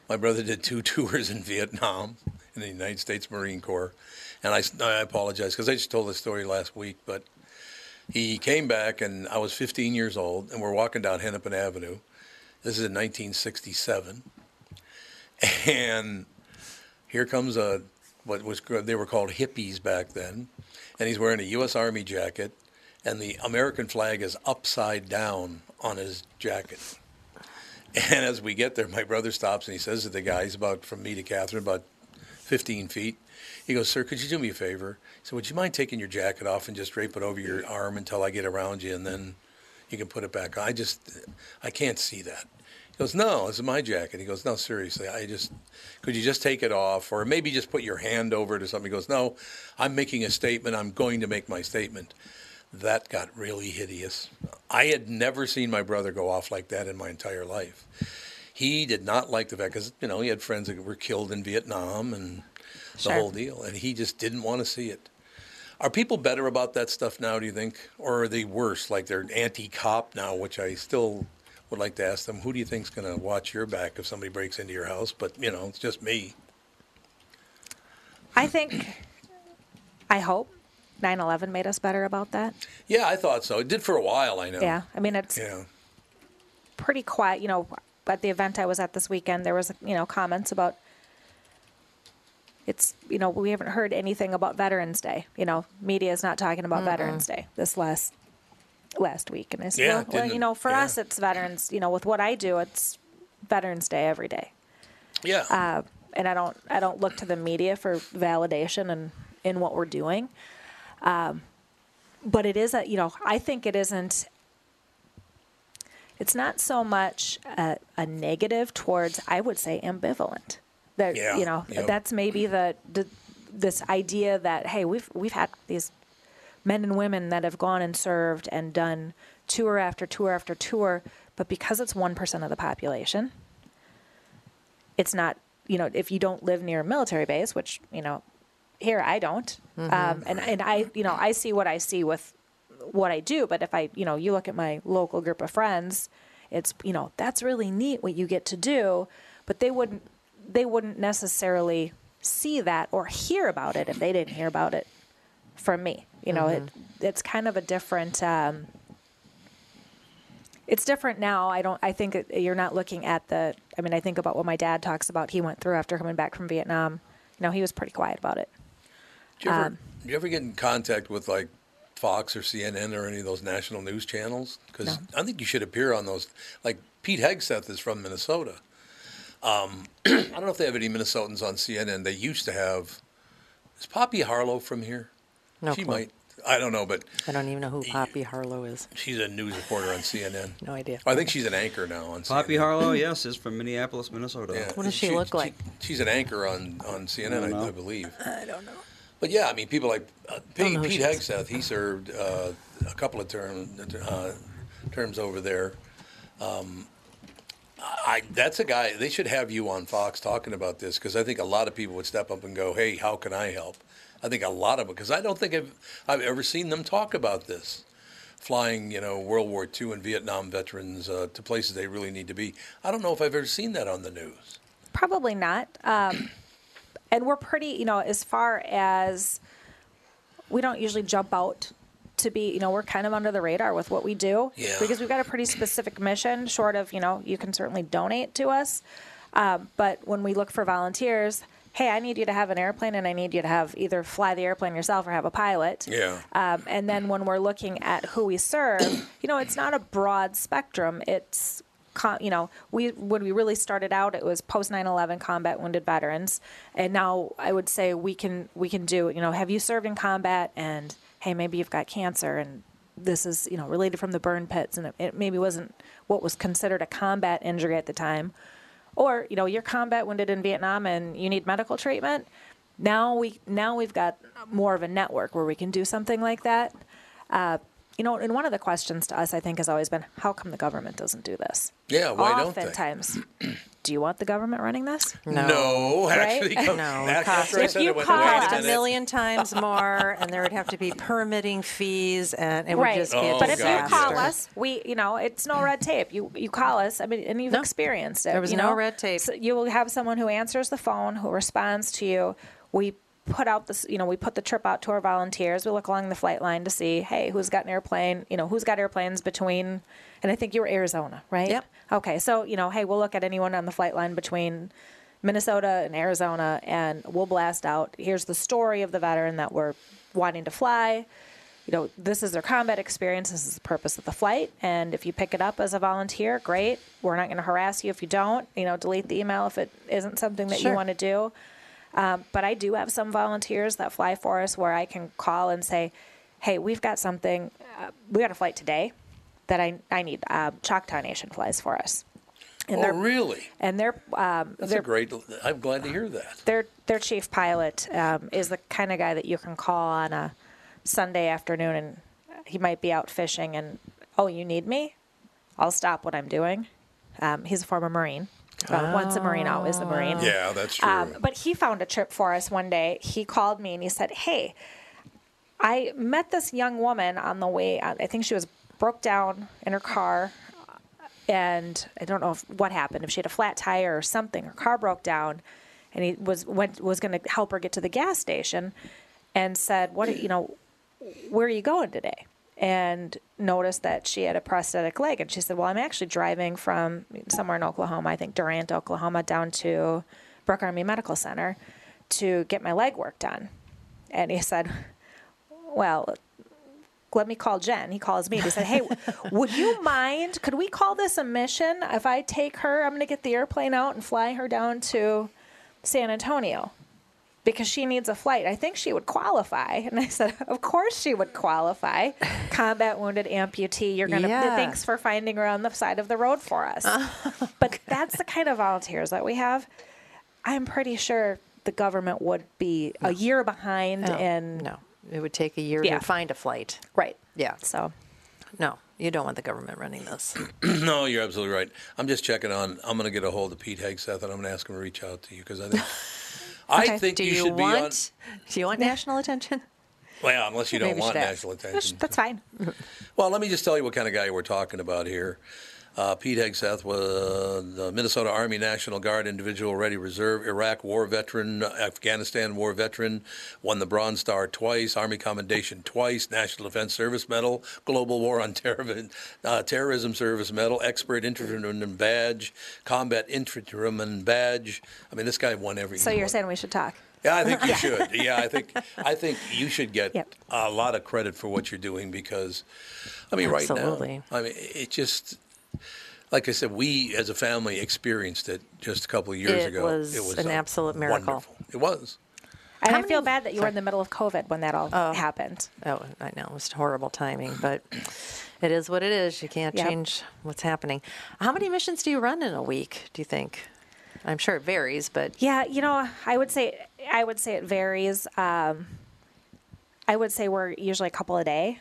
A: My brother did two [LAUGHS] tours in Vietnam in the United States Marine Corps. And I, s- I apologize because I just told this story last week, but he came back and I was 15 years old and we're walking down Hennepin Avenue. This is in 1967. [LAUGHS] And here comes a what was they were called hippies back then, and he's wearing a U.S. Army jacket, and the American flag is upside down on his jacket. And as we get there, my brother stops and he says to the guy, he's about from me to Catherine, about 15 feet. He goes, Sir, could you do me a favor? He said, Would you mind taking your jacket off and just drape it over your arm until I get around you and then you can put it back on? I just, I can't see that. He goes, No, this is my jacket. He goes, No, seriously, I just, could you just take it off or maybe just put your hand over it or something? He goes, No, I'm making a statement. I'm going to make my statement. That got really hideous. I had never seen my brother go off like that in my entire life. He did not like the fact because you know he had friends that were killed in Vietnam and the
D: Sure.
A: whole deal, and he just didn't want to see it. Are people better about that stuff now? Do you think, or are they worse? Like they're anti-cop now, which I still would like to ask them. Who do you think's going to watch your back if somebody breaks into your house? But you know, it's just me.
D: I think, I hope 9 11 made us better about that.
A: Yeah, I thought so. It did for a while, I know.
D: Yeah. I mean, it's
A: Oh, Yeah.
D: pretty quiet. You know, at the event I was at this weekend, there was, you know, comments about it's, you know, we haven't heard anything about Veterans Day. You know, media is not talking about Veterans Day this last last week. And I said,
A: Yeah,
D: well, well,
A: didn't-
D: you know, for
A: yeah.
D: us, it's Veterans. You know, with what I do, it's Veterans Day every day.
A: Yeah.
D: uh, and I don't I don't look to the media for validation and in what we're doing. Um, but it is a you know I think it isn't. It's not so much a, a negative towards I would say ambivalent. That
A: Yeah,
D: you know
A: yep.
D: that's maybe the, the this idea that hey we've we've had these men and women that have gone and served and done tour after tour after tour, but because it's one percent of the population, it's not you know if you don't live near a military base which you know here i don't um, and, and i you know i see what i see with what i do but if i you know you look at my local group of friends it's you know that's really neat what you get to do but they wouldn't they wouldn't necessarily see that or hear about it if they didn't hear about it from me you know it, it's kind of a different um, it's different now. I don't. I think it, you're not looking at the. I mean, I think about what my dad talks about. He went through after coming back from Vietnam. You know, he was pretty quiet about it.
A: Do you, ever,
B: Um,
A: do you ever get in contact with like Fox or CNN or any of those national news channels? Because I think you should appear on those. Like Pete Hegseth is from Minnesota. Um, [CLEARS THROAT] I don't know if they have any Minnesotans on CNN. They used to have. Is Poppy Harlow from here?
B: No
A: she
B: clue.
A: might. I don't know, but
B: I don't even know who Poppy Harlow is.
A: she's a news reporter on CNN.
B: No idea.
A: I think she's an anchor now on
C: Poppy
A: CNN.
C: Harlow, yes, is from Minneapolis, Minnesota.
A: Yeah.
B: What does she look like?
A: she's an anchor on, on CNN, I, I
C: know.
A: believe. I don't know. But yeah, I mean, people like uh, Pete,
B: know who
A: Pete
B: she is.
A: Hegseth, he served uh, a couple of term, uh, terms over there. Um, I, that's a guy, they should have you on Fox talking about this because I think a lot of people would step up and go, hey, how can I help? I think a lot of because I don't think I've, I've ever seen them talk about this flying, you know, World War II and Vietnam veterans uh, to places they really need to be. I don't know if I've ever seen that on the news.
D: Probably not. Um, and we're pretty. You know, as far as we don't usually jump out to be. You know, we're kind of under the radar with what we do
A: Yeah.
D: because we've got a pretty specific mission. Short of you know, you can certainly donate to us, um, but when we look for volunteers. Hey, I need you to have an airplane, and I need you to have either fly the airplane yourself or have a pilot.
A: Yeah.
D: Um, and then when we're looking at who we serve, you know, it's not a broad spectrum. It's, co- you know, we when we really started out, it was post 9/11 combat wounded veterans, and now I would say we can we can do. You know, have you served in combat? And hey, maybe you've got cancer, and this is you know related from the burn pits, and it, it maybe wasn't what was considered a combat injury at the time, or you know, you're combat wounded in Vietnam and you need medical treatment now we now we've got more of a network where we can do something like that. Uh, you know, and one of the questions to us, I think, has always been, how come the government doesn't do this?
A: Yeah, why don't they?
D: Oftentimes, [CLEARS THROAT] do you want the government running this?
B: No.
A: No, [LAUGHS] actually,
D: Right?
A: come-
B: No, it
A: after,
B: costs-
A: I
D: if
A: said
D: you
A: it went
D: cost
A: wait
B: cost a
A: minute. [LAUGHS]
B: million times more, and there would have to be permitting fees, and it would
D: Right,
B: just be a
A: Oh,
D: but if you
A: God,
D: call
A: yeah.
D: us, we, you know, it's no red tape. You you call us. I mean, and you've
B: No.
D: experienced it.
B: There was
D: you
B: no
D: know?
B: red tape.
D: So you will have someone who answers the phone, who responds to you. We put out this, you know, we put the trip out to our volunteers. We look along the flight line to see, hey, who's got an airplane? You know, who's got airplanes between? And I think you were Arizona, right?
B: Yep.
D: Okay, so you know, hey, we'll look at anyone on the flight line between Minnesota and Arizona, and we'll blast out. Here's the story of the veteran that we're wanting to fly. You know, this is their combat experience. This is the purpose of the flight. And if you pick it up as a volunteer, great. We're not going to harass you if you don't. You know, delete the email if it isn't something that
B: Sure.
D: you want to do. Um, but I do have some volunteers that fly for us where I can call and say, hey, we've got something. Uh, we got a flight today that I, I need. Um, Choctaw Nation flies for us. And
A: Oh,
D: they're,
A: really?
D: and they're, um,
A: That's
D: they're
A: a great. I'm glad to hear that.
D: their their chief pilot um, is the kind of guy that you can call on a Sunday afternoon, and he might be out fishing, and oh, you need me? I'll stop what I'm doing. Um, he's a former Marine. Uh, Once a Marine, always a Marine.
A: Yeah, that's true.
D: Um, but he found a trip for us one day. He called me and he said, "Hey, I met this young woman on the way. I think she was broke down in her car, and I don't know if, what happened. If she had a flat tire or something, her car broke down, and he was went was going to help her get to the gas station, and said, "What are- you know? Where are you going today?" And noticed that she had a prosthetic leg, and she said, "Well, I'm actually driving from somewhere in Oklahoma, I think Durant, Oklahoma, down to Brook Army Medical Center to get my leg work done." And he said, "Well, let me call Jen. He calls me. and He said, Hey, would you mind? Could we call this a mission? If I take her, I'm going to get the airplane out and fly her down to San Antonio because she needs a flight. I think she would qualify. And I said, Of course she would qualify. Combat wounded amputee. You're going to,
B: Yeah.
D: thanks for finding her on the side of the road for us. but that's the kind of volunteers that we have. I'm pretty sure the government would be a year behind
B: No,
D: and
B: no, it would take a year
D: Yeah.
B: to find a flight.
D: right.
B: Yeah.
D: So
B: No, you don't want the government running this.
A: [CLEARS THROAT] No, you're absolutely right. I'm just checking on. I'm going to get a hold of Pete Hegseth and I'm going to ask him to reach out to you because I think I think
B: do
A: you,
B: you
A: should
B: want? Do you want national attention?
A: be on. Well, unless you don't
B: Maybe you
A: want
B: should ask.
A: national
D: that's,
A: attention.
D: that's fine.
A: Well, let me just tell you what kind of guy we're talking about here. Uh, Pete Hegseth was the Minnesota Army National Guard Individual Ready Reserve, Iraq War veteran, Afghanistan War veteran, won the Bronze Star twice, Army Commendation twice, National Defense Service Medal, Global War on Terror- [LAUGHS] uh, Terrorism Service Medal, Expert Infantryman Badge, Combat Infantryman Badge. I mean, this guy won everything.
D: So you're saying we should talk?
A: Yeah, I
B: [LAUGHS]
A: think you should. Yeah, I think I think you should get
D: Yep.
A: a lot of credit for what you're doing because, I mean,
B: Absolutely.
A: right now, I mean, it just like I said, we as a family experienced it just a couple of years
B: It
A: ago.
B: was an
A: uh,
B: absolute miracle.
A: Wonderful. It was.
D: And I
B: many-
D: feel bad that you were in the middle of COVID when that all happened.
B: Oh, I know it was horrible timing, but it is what it is. You can't
D: Yep.
B: change what's happening. How many missions do you run in a week? Do you think? I'm sure it varies, but
D: Yeah, you know, I would say I would say it varies. Um, I would say we're usually a couple a day.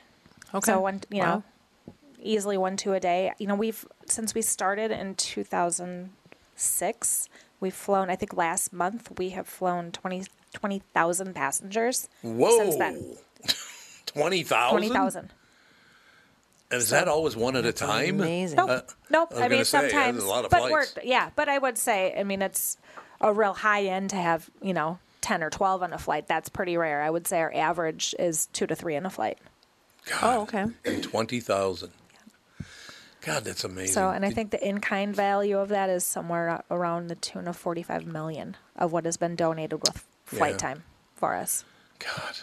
B: okay.
D: So one, you
B: Wow.
D: know, easily one two a day. You know, we've since we started in 2006, we've flown. I think last month we have flown 20 20,000 passengers.
A: Whoa.
D: Since then,
A: Twenty thousand.
D: 20,000.
A: Is that always one at a time?
B: amazing.
D: Nope. nope.
A: Uh, I was
D: I, mean,
A: gonna say, that's a
D: sometimes,
A: lot of
D: but
A: flights.
D: we're yeah. But I would say, I mean, it's a real high end to have you know ten or twelve on a flight. That's pretty rare. I would say our average is two to three on a flight.
B: Oh, okay.
A: Twenty thousand. God, that's amazing.
D: So, and I
A: Did-
D: think the in kind value of that is somewhere a- around the tune of forty five million of what has been donated with flight
A: Yeah.
D: time for us.
A: God.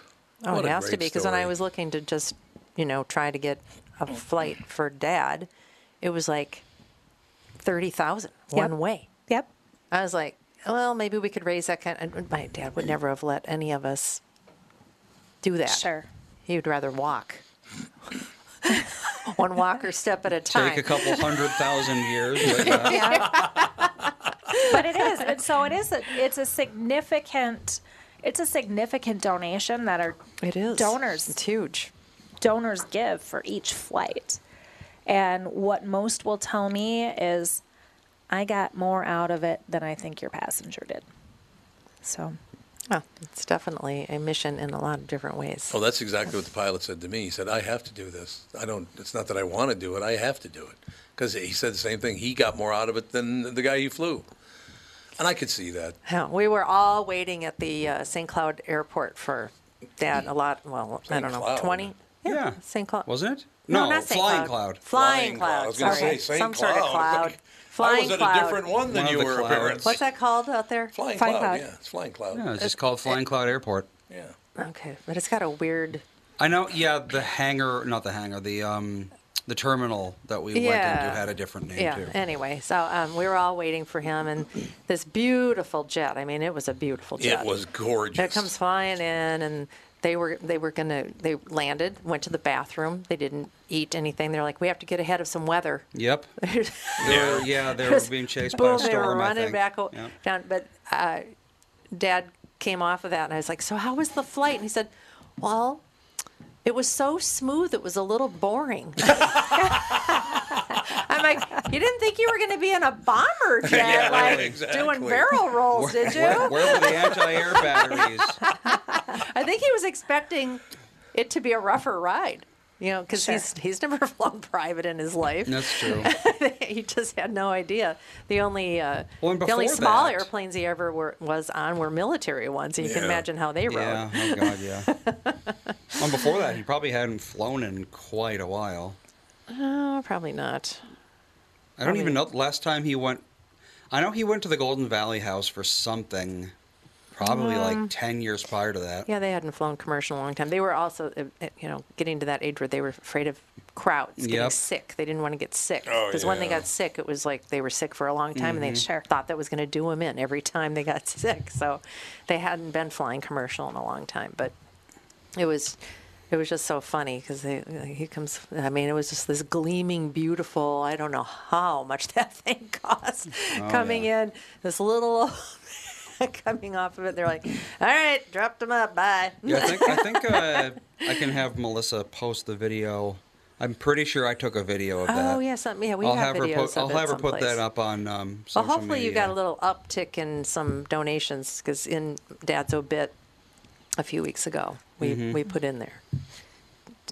B: Oh,
A: what
B: it
A: a
B: has to
A: great
B: be because when I
A: story.
B: was looking to just, you know, try to get a flight for dad, it was like thirty thousand one
D: Yep.
B: way.
D: Yep.
B: I was like, well, maybe we could raise that kind. And my dad would never have let any of us do that.
D: Sure.
B: he would rather walk, one walker step at a time.
C: Take a couple hundred thousand years.
B: [LAUGHS]
C: But yeah.
D: but it is and so it is a, it's a significant it's a significant donation that our
B: It is
D: donors
B: It's huge.
D: donors give for each flight. And what most will tell me is, I got more out of it than I think your passenger did. So,
B: Oh, it's definitely a mission in a lot of different ways.
A: Oh, that's exactly what the pilot said to me. He said, "I have to do this. I don't. It's not that I want to do it. I have to do it." Because he said the same thing. He got more out of it than the guy he flew, and I could see that.
B: Yeah, we were all waiting at the uh, St. Cloud Airport for that a lot. Well, I
A: St.
B: don't know,
A: Cloud.
B: twenty.
C: Yeah.
B: St. Cloud
C: Wasn't it?
B: No,
C: No,
B: not St.
C: Flying
B: Cloud.
C: Cloud.
B: Flying, cloud.
A: I was going to
B: sorry.
A: say Saint
B: some
A: Cloud.
B: sort of cloud.
A: [LAUGHS] I
B: Flying
A: was at
B: cloud.
A: a different one than
C: One of
A: you
C: the
A: were.
C: clouds.
A: Apparently,
B: What's that called out there?
A: Flying,
D: Flying
A: cloud.
D: cloud.
A: Yeah, it's flying cloud.
C: Yeah, it's just called Flying Cloud Airport.
A: Yeah.
B: Okay, but it's got a weird.
C: I know. Yeah, the hangar, not the hangar, the um, the terminal that we went
B: Yeah.
C: into had a different name
B: Yeah.
C: too.
B: Anyway, so um, we were all waiting for him, and this beautiful jet. I mean, it was a beautiful jet.
A: It was gorgeous.
B: It comes flying in, and they were they were gonna they landed, went to the bathroom. They didn't eat anything. They're like, we have to get ahead of some weather. [LAUGHS]
C: Yep. They were, yeah, they were
B: Just
C: being chased by
B: boom,
C: a storm.
B: They were
C: I
B: running
C: think.
B: back o-
C: Yeah.
B: down. But uh, Dad came off of that, and I was like, "So how was the flight?" And he said, "Well." It was so smooth, it was a little boring. [LAUGHS] I'm like, you didn't think you were going to be in a
C: [LAUGHS]
B: bomber jet,
A: Yeah,
B: like
A: exactly.
B: doing barrel rolls, did you?
C: Where, where were the anti-air batteries?
B: I think he was expecting it to be a rougher ride. You know, because
D: Sure.
B: he's he's never [LAUGHS] flown private in his life.
C: That's
B: [LAUGHS]
C: true.
B: he just had no idea. The only uh,
C: Well, and
B: the only
C: before
B: small
C: that-
B: airplanes he ever were, was on were military ones. And you can
A: Yeah.
B: imagine how they rode.
C: yeah. Oh God. Yeah. well, before that, he probably hadn't flown in quite a while.
B: Oh, probably not.
C: I don't even know the last time he went. I know he went to the Golden Valley House for something, probably like ten years prior to that.
B: Yeah, they hadn't flown commercial in a long time. They were also, uh, uh, you know, getting to that age where they were afraid of crowds getting
C: Yep.
B: sick. They didn't want to get sick
A: Oh,
B: because when they
A: yeah.
B: got sick, it was like they were sick for a long
C: Mm.
B: time,
C: Mm-hmm.
B: and they
D: Sure.
B: thought that was going to do them in every time they got [LAUGHS] sick. So they hadn't been flying commercial in a long time, but it was. It was just so funny because he comes. I mean, it was just this gleaming, beautiful. I don't know how much [LAUGHS] that thing cost
C: Oh,
B: coming in. This little [LAUGHS] coming off of it, they're like, "All right, dropped them up, bye." [LAUGHS]
C: Yeah, I think I think uh, I can have Melissa post the video. I'm pretty sure I took a video of that.
B: Oh yes, um, yeah, we
C: I'll
B: have,
C: have her.
B: videos
C: Po- I'll
B: of it
C: have her put that
B: someplace.
C: up on um,
B: Well,
C: social
B: hopefully you got
C: media.
B: a little uptick in some donations because in Dad's obit a few weeks ago, we
C: Mm-hmm.
B: we put in there,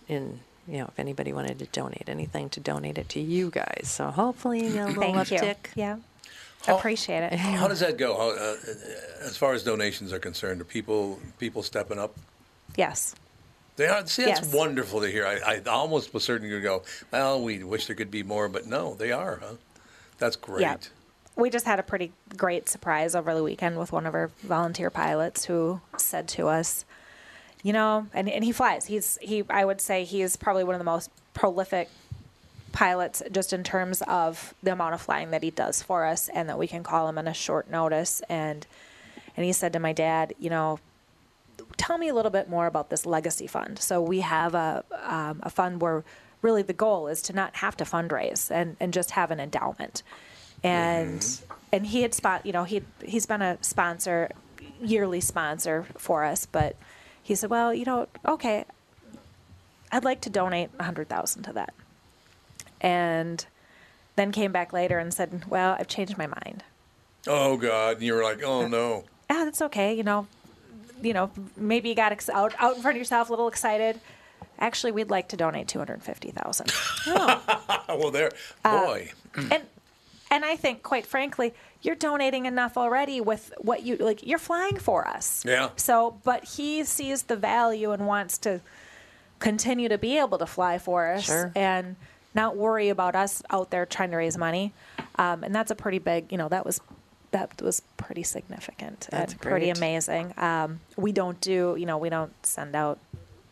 B: in you know if anybody wanted to donate anything to donate it to you guys. So hopefully you got a little
D: Thank you.
B: uptick.
D: Yeah.
A: How-
D: Appreciate it.
A: How does that go? How, uh, as far as donations are concerned, are people people stepping up?
D: Yes.
A: They are. See, that's
D: Yes.
A: wonderful to hear. I, I almost was certain you would go. Well, we wish there could be more, but no, they are. Huh? That's great.
D: Yeah. We just had a pretty great surprise over the weekend with one of our volunteer pilots who said to us, you know, and, and he flies. He's he I would say he is probably one of the most prolific pilots just in terms of the amount of flying that he does for us and that we can call him on a short notice and and he said to my dad, you know, tell me a little bit more about this legacy fund. So we have a um, a fund where really the goal is to not have to fundraise and and just have an endowment. And and he had spot you know he he's been a sponsor yearly sponsor for us, but he said, well, you know, okay, I'd like to donate a hundred thousand to that, and then came back later and said, well, I've changed my mind.
A: Oh God! And you were like, oh no.
D: ah, that's okay. You know, you know, maybe you got ex- out out in front of yourself, a little excited. Actually, we'd like to donate two hundred fifty thousand.
A: Oh, well, there,
D: uh,
A: boy.
B: Mm.
D: and and I think, quite frankly, you're donating enough already with what you like. You're flying for us.
A: Yeah.
D: So, but he sees the value and wants to continue to be able to fly for us
B: Sure.
D: and not worry about us out there trying to raise money. Um, and that's a pretty big, you know, that was that was pretty significant
B: That's
D: and pretty
B: great.
D: amazing. Um, we don't do, you know, we don't send out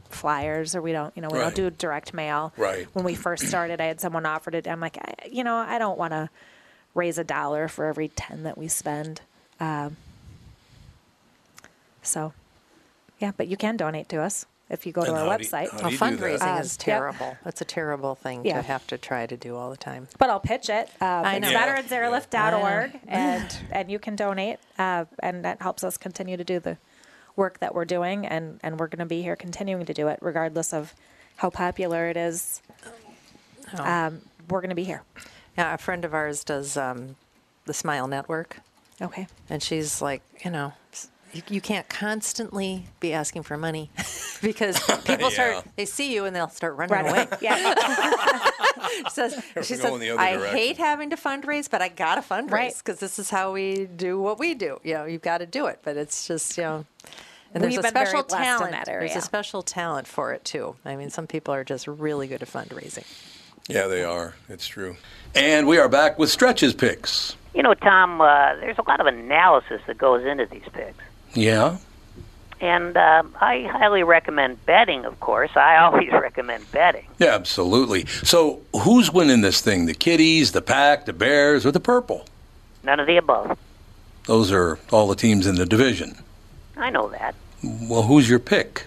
D: flyers or we don't, you know, we
A: Right.
D: don't do direct mail.
A: Right.
D: When we first started, I had someone offered it. I'm like, I, you know, I don't want to raise a dollar for every 10 that we spend. Um, so, yeah, but you can donate to us if you go to
A: And
D: our
A: how do you-
D: website.
A: how do
B: Well,
A: you do that? Uh,
B: fundraising
D: Um,
B: is
D: yep.
B: terrible. That's a terrible thing
D: Yeah.
B: to have to try to do all the time.
D: but I'll pitch it. Um,
B: I
D: it's
B: know.
D: veteransairlift.org,
B: [LAUGHS]
D: and and you can donate, uh, and that helps us continue to do the work that we're doing, and and we're going to be here continuing to do it, regardless of how popular it is.
B: Oh.
D: Um, we're going to be here.
B: Yeah, a friend of ours does um, the Smile Network.
D: Okay.
B: And she's like, you know, s- you, you can't constantly be asking for money [LAUGHS]
A: [LAUGHS]
B: because people
A: Yeah.
B: start, they see you and they'll start running
D: Right.
B: away.
D: [LAUGHS] Yeah.
B: She says, she
A: going
B: says
A: the other
B: I
A: direction."
B: hate having to fundraise, but I got to fundraise
D: Right.
B: because this is how we do what we do. You know, you've got to do it, but it's just, you know, and there's
D: We've
B: a
D: been very
B: special
D: blessed in
B: talent.
D: that
B: There's
D: area.
B: a special talent for it too. I mean, some people are just really good at fundraising.
A: Yeah, they are. It's true. And we are back with stretches picks.
G: You know, Tom, uh, there's a lot of analysis that goes into these picks.
A: Yeah.
G: And um, I highly recommend betting, of course. I [LAUGHS] always recommend betting.
A: Yeah, absolutely. So, who's winning this thing? The Kitties, the Pack, the Bears, or the Purple?
G: None of the above.
A: Those are all the teams in the division.
G: I know that.
A: Well, who's your pick?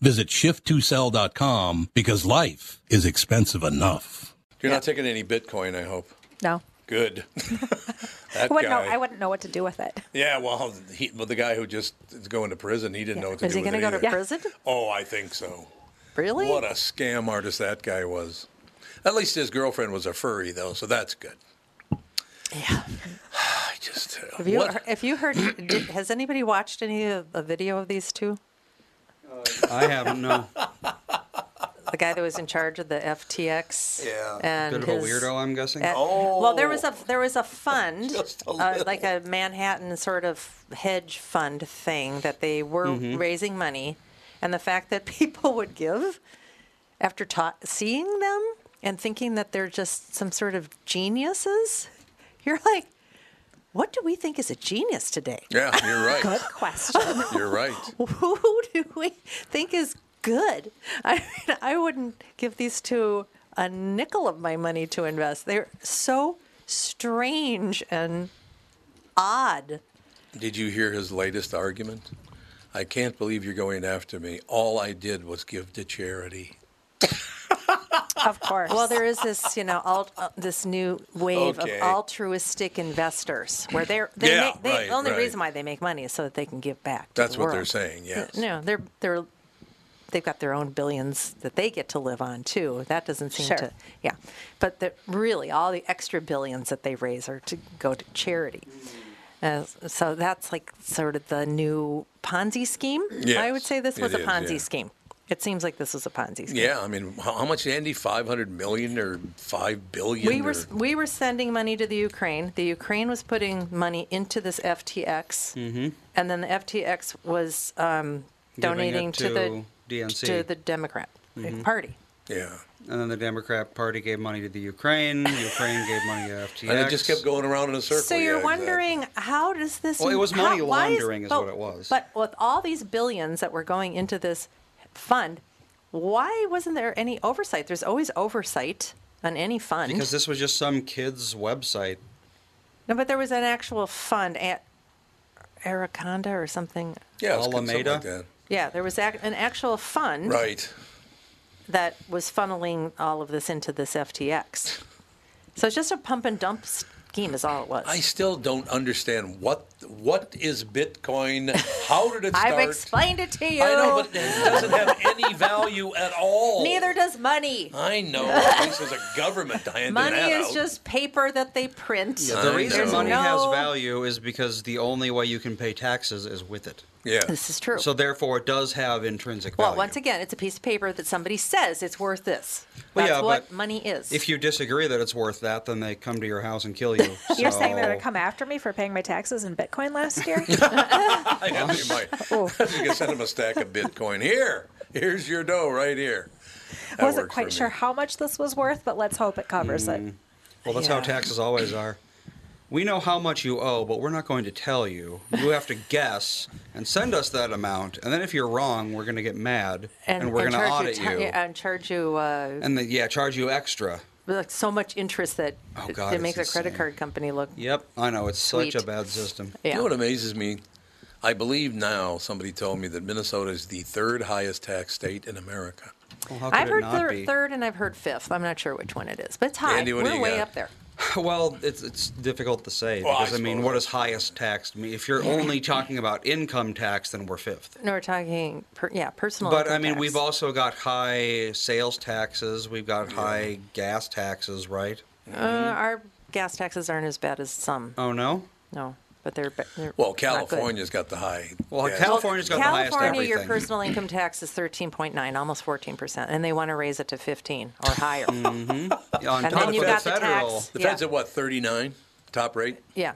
A: Visit shift2sell.com because life is expensive enough. You're not taking any Bitcoin, I hope.
D: No.
A: Good. [LAUGHS] that
D: I wouldn't, know,
A: guy.
D: I wouldn't know what to do with it.
A: yeah, well, he, well, the guy who just is going to prison, he didn't know what to
B: Is
A: do
B: he
A: with
B: going to
A: it
B: go to
A: either.
B: prison?
A: Oh, I think so.
B: Really?
A: What a scam artist that guy was. At least his girlfriend was a furry, though, so that's good.
B: yeah.
A: I just. uh,
B: Have you,
A: what-
B: heard- have you heard? did, has anybody watched any of the video of these two?
C: I haven't,
B: [LAUGHS]
C: no.
B: The guy that was in charge of the FTX.
A: Yeah. Oh.
B: And
C: Bit of a
B: his-
C: weirdo, I'm guessing.
B: Uh, Well, there was a there was
A: [LAUGHS]
B: a fund,
A: Just a
B: uh, like a Manhattan sort of hedge fund thing that they were
C: Mm-hmm.
B: raising money, and the fact that [LAUGHS] people would give after ta- seeing them and thinking that they're just some sort of geniuses, you're like, what do we think is a genius today?
A: yeah, you're
B: [LAUGHS]
A: right.
D: Good question.
A: You're right.
B: Who [LAUGHS] do we think is good? I mean, I wouldn't give these two a nickel of my money to invest. They're so strange and odd.
A: Did you hear his latest argument? I can't believe you're going after me. All I did was give to charity.
D: of course.
B: Well, there is this, you know, alt, uh, this new wave
A: Okay.
B: of altruistic investors where they're they
A: Yeah,
B: make, they,
A: right,
B: the only
A: right.
B: reason why they make money is so that they can give back. To
A: That's
B: the
A: what
B: world.
A: they're saying, yes.
B: No, they're they're they've got their own billions that they get to live on too. That doesn't seem
D: Sure.
B: to yeah. But the, really, all the extra billions that they raise are to go to charity. Uh, so that's like sort of the new Ponzi scheme. I would
A: Yes,
B: say this was
A: it
B: a
A: is,
B: Ponzi
A: yeah.
B: scheme. It seems like this was a Ponzi scheme.
A: Yeah, I mean, how, how much, Andy? 500 million or 5 billion?
B: We were
A: or-
B: we were sending money to the Ukraine. The Ukraine was putting money into this FTX, and then the FTX was um,
C: Mm-hmm. Giving it
B: donating to, the
C: to DNC.
B: to the Democrat
C: Mm-hmm.
B: Party.
A: Yeah.
C: And then the Democrat Party gave money to the Ukraine. Ukraine gave money to FTX.
A: And it just kept going around in a circle.
B: So
A: yeah,
B: you're
A: exactly.
B: wondering how does this?
C: Well, it was
B: how-
C: money
B: why
C: laundering is
B: but-
C: what it was.
B: But with all these billions that were going into this fund, why wasn't there any oversight? There's always oversight on any fund.
C: Because this was just some kid's website.
B: no, but there was an actual fund at Araconda or something.
A: Yeah, it's something
C: Alameda?
A: like that.
B: Yeah, there was ac- an actual fund
A: Right.
B: that was funneling all of this into this FTX. So it's just a pump and dump scheme, is all it was.
A: I still don't understand what what is Bitcoin? How
B: [LAUGHS]
A: did it start?
B: have explained it to you.
A: I know,
B: [LAUGHS]
A: but it doesn't have any value at all.
B: Neither does money.
A: I
B: [LAUGHS]
A: know. At least as a government, I
B: Money is just paper that they print.
A: I
C: The reason
A: know.
C: money has
B: no-
C: value is because the only way you can pay taxes is with it.
A: Yeah.
B: This is true.
C: So therefore, it does have intrinsic
B: well,
C: value.
B: once again, it's a piece of paper that somebody says it's worth this.
C: Well,
B: That's
C: yeah,
B: what
C: but
B: money is.
C: if you disagree that it's worth that, then they come to your house and kill
B: [LAUGHS]
C: you.
D: You're saying [LAUGHS] they're
C: So-
D: going to come after me for paying my taxes in Bitcoin last [LAUGHS] year?
A: [LAUGHS]
D: Oh,
A: I know you
B: [LAUGHS]
A: might.
B: Oh.
A: [LAUGHS] you can send them a stack of Bitcoin. Here, here's your dough right here. That
D: I wasn't
A: worked for
D: quite sure
A: me.
D: how much this was worth, but let's hope it covers it.
C: Well, that's how
B: Yeah.
C: taxes always are. We know how much you owe, but we're not going to tell you. You have to guess and send us that amount. And then if you're wrong, we're going to get mad and, we're going to
B: charge
C: audit
B: you,
C: you.
B: ti- yeah, and charge you uh,
C: And then, yeah, charge you extra.
B: like so much interest that
C: Oh,
B: it-
C: God,
B: it
C: it's
B: makes a credit
C: insane.
B: card company look.
C: Yep, I know. It's
B: Sweet.
C: such a bad system.
B: Yeah.
A: You know what amazes me? I believe now somebody told me that Minnesota is the third highest tax state in America.
C: Well, how could
B: I've
C: it
B: heard
C: not
B: thir-
C: be?
B: third and I've heard fifth. I'm not sure which one it is, but it's high.
A: Andy, what do
B: We're
A: you
B: way
A: got?
B: up there.
C: Well, it's it's difficult to say
A: Well, I
C: because I, mean,
A: suppose.
C: what is highest taxed? I mean, if
A: [LAUGHS]
C: you're only talking about income tax, then we're fifth.
B: No, we're talking, per- yeah, personal.
C: But
B: income
C: I mean,
B: tax.
C: we've also got high sales taxes. We've got high gas taxes, right?
B: uh, our gas taxes aren't as bad as some.
C: Oh no.
B: No, but they're, ba- they're
A: Uh. Well,
B: not good.
A: California's got the high.
C: Well,
A: yeah.
C: California- California's got the highest
B: California, your
C: everything.
B: personal income tax is 13.9, almost 14 percent, and they want to raise it to 15 or higher.
C: Yeah, on
B: And
C: top
B: then
C: of
B: you
C: the
B: got the
C: federal.
B: tax.
A: The
B: Yeah.
A: feds at what, 39? Top rate?
B: yeah,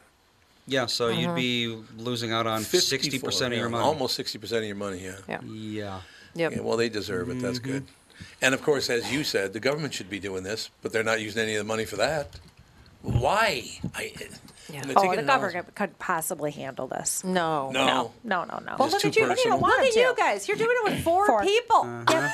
C: Yeah, so
B: Mm-hmm.
C: you'd be losing out on
A: 54,
C: sixty percent of
A: yeah,
C: your money.
A: Almost 60% of your money, yeah.
B: yeah.
C: Yeah.
B: Yep.
A: Yeah, well, they deserve it. That's good.
C: Mm-hmm.
A: And of course, as you said, the government should be doing this, but they're not using any of the money for that. Why? I,
B: Yeah.
A: and the
D: Oh,
A: ticket
D: the
A: announce-
D: government could possibly handle this.
B: No.
A: No.
D: No, no, no.
B: Well,
A: It's
B: look at
A: too
B: you. You
A: personal.
B: know, look at
D: Wanted
B: you
D: to.
B: guys. You're doing it with four,
D: Four.
B: people. [LAUGHS]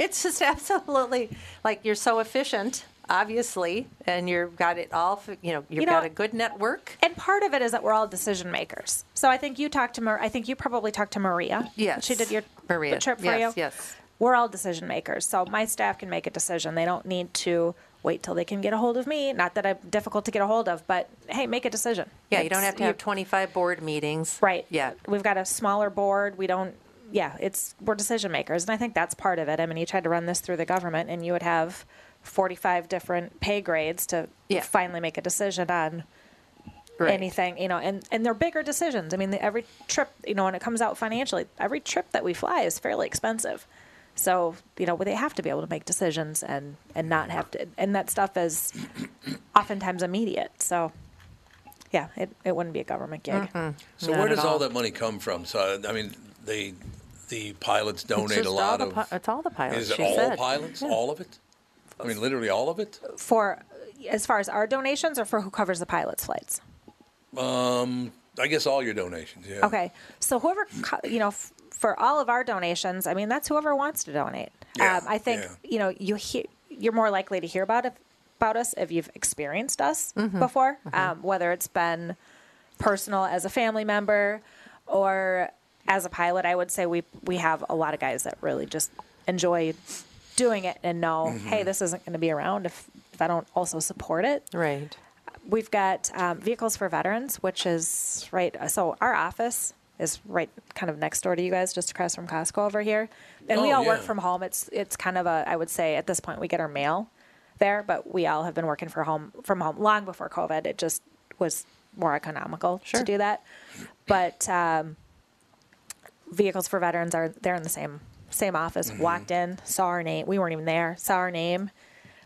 B: it's just absolutely like you're so efficient, obviously, and you've got it all. f- You know, you've
D: You know-
B: got a good network.
D: and part of it is that we're all decision makers. So I think you talked to Mar- I think you probably talked to Maria.
B: Yes.
D: she did your
B: Maria.
D: the trip for
B: Yes,
D: you.
B: yes.
D: we're all decision makers. So my staff can make a decision. They don't need to wait till they can get a hold of me. Not that I'm difficult to get a hold of, but hey, make a decision.
B: Yeah, you don't
D: It's-
B: have to have 25 board meetings.
D: Right.
B: Yeah.
D: We've got a smaller board. We don't. Yeah, it's we're decision makers, and I think that's part of it. I mean, you tried to run this through the government, and you would have forty-five different pay grades to
B: Yeah.
D: finally make a decision on
B: Right.
D: anything. You know, and and they're bigger decisions. I mean, the, every trip, you know, when it comes out financially, every trip that we fly is fairly expensive. So you know, they have to be able to make decisions and and not have to, and that stuff is oftentimes immediate. So. Yeah, it, it wouldn't be a government gig.
A: So where
B: Not at
A: does all.
B: all.
A: that money come from? So I mean, they the pilots
B: It's
A: donate
B: just
A: a
B: all
A: lot
B: the
A: of.
B: pi- it's all the pilots.
A: is it
B: she
A: all
B: said.
A: pilots? All of it? I mean, literally all of it.
D: for as far as our donations or for who covers the pilot's flights
A: I guess all your donations. Yeah.
D: okay so whoever co- you know f- for all of our donations i mean that's whoever wants to donate Um,
A: Yeah,
D: i think
A: yeah.
D: you know you he- you're more likely to hear about if, about us if you've experienced us before um, whether it's been personal as a family member or as a pilot i would say we we have a lot of guys that really just enjoy doing it and know
A: Mm-hmm.
D: hey this isn't going to be around if if i don't also support it
B: Right.
D: We've got um, Vehicles for Veterans, which is right. So our office is right kind of next door to you guys, just across from Costco over here. And we
A: Oh,
D: all work
A: yeah.
D: from home. It's it's kind of a I would say at this point we get our mail there, but we all have been working for home from home long before COVID. It just was more economical
B: Sure.
D: to do that. But um, Vehicles for Veterans are they're in the same same office.
A: Mm-hmm.
D: Walked in, saw our name. We weren't even there. Saw our name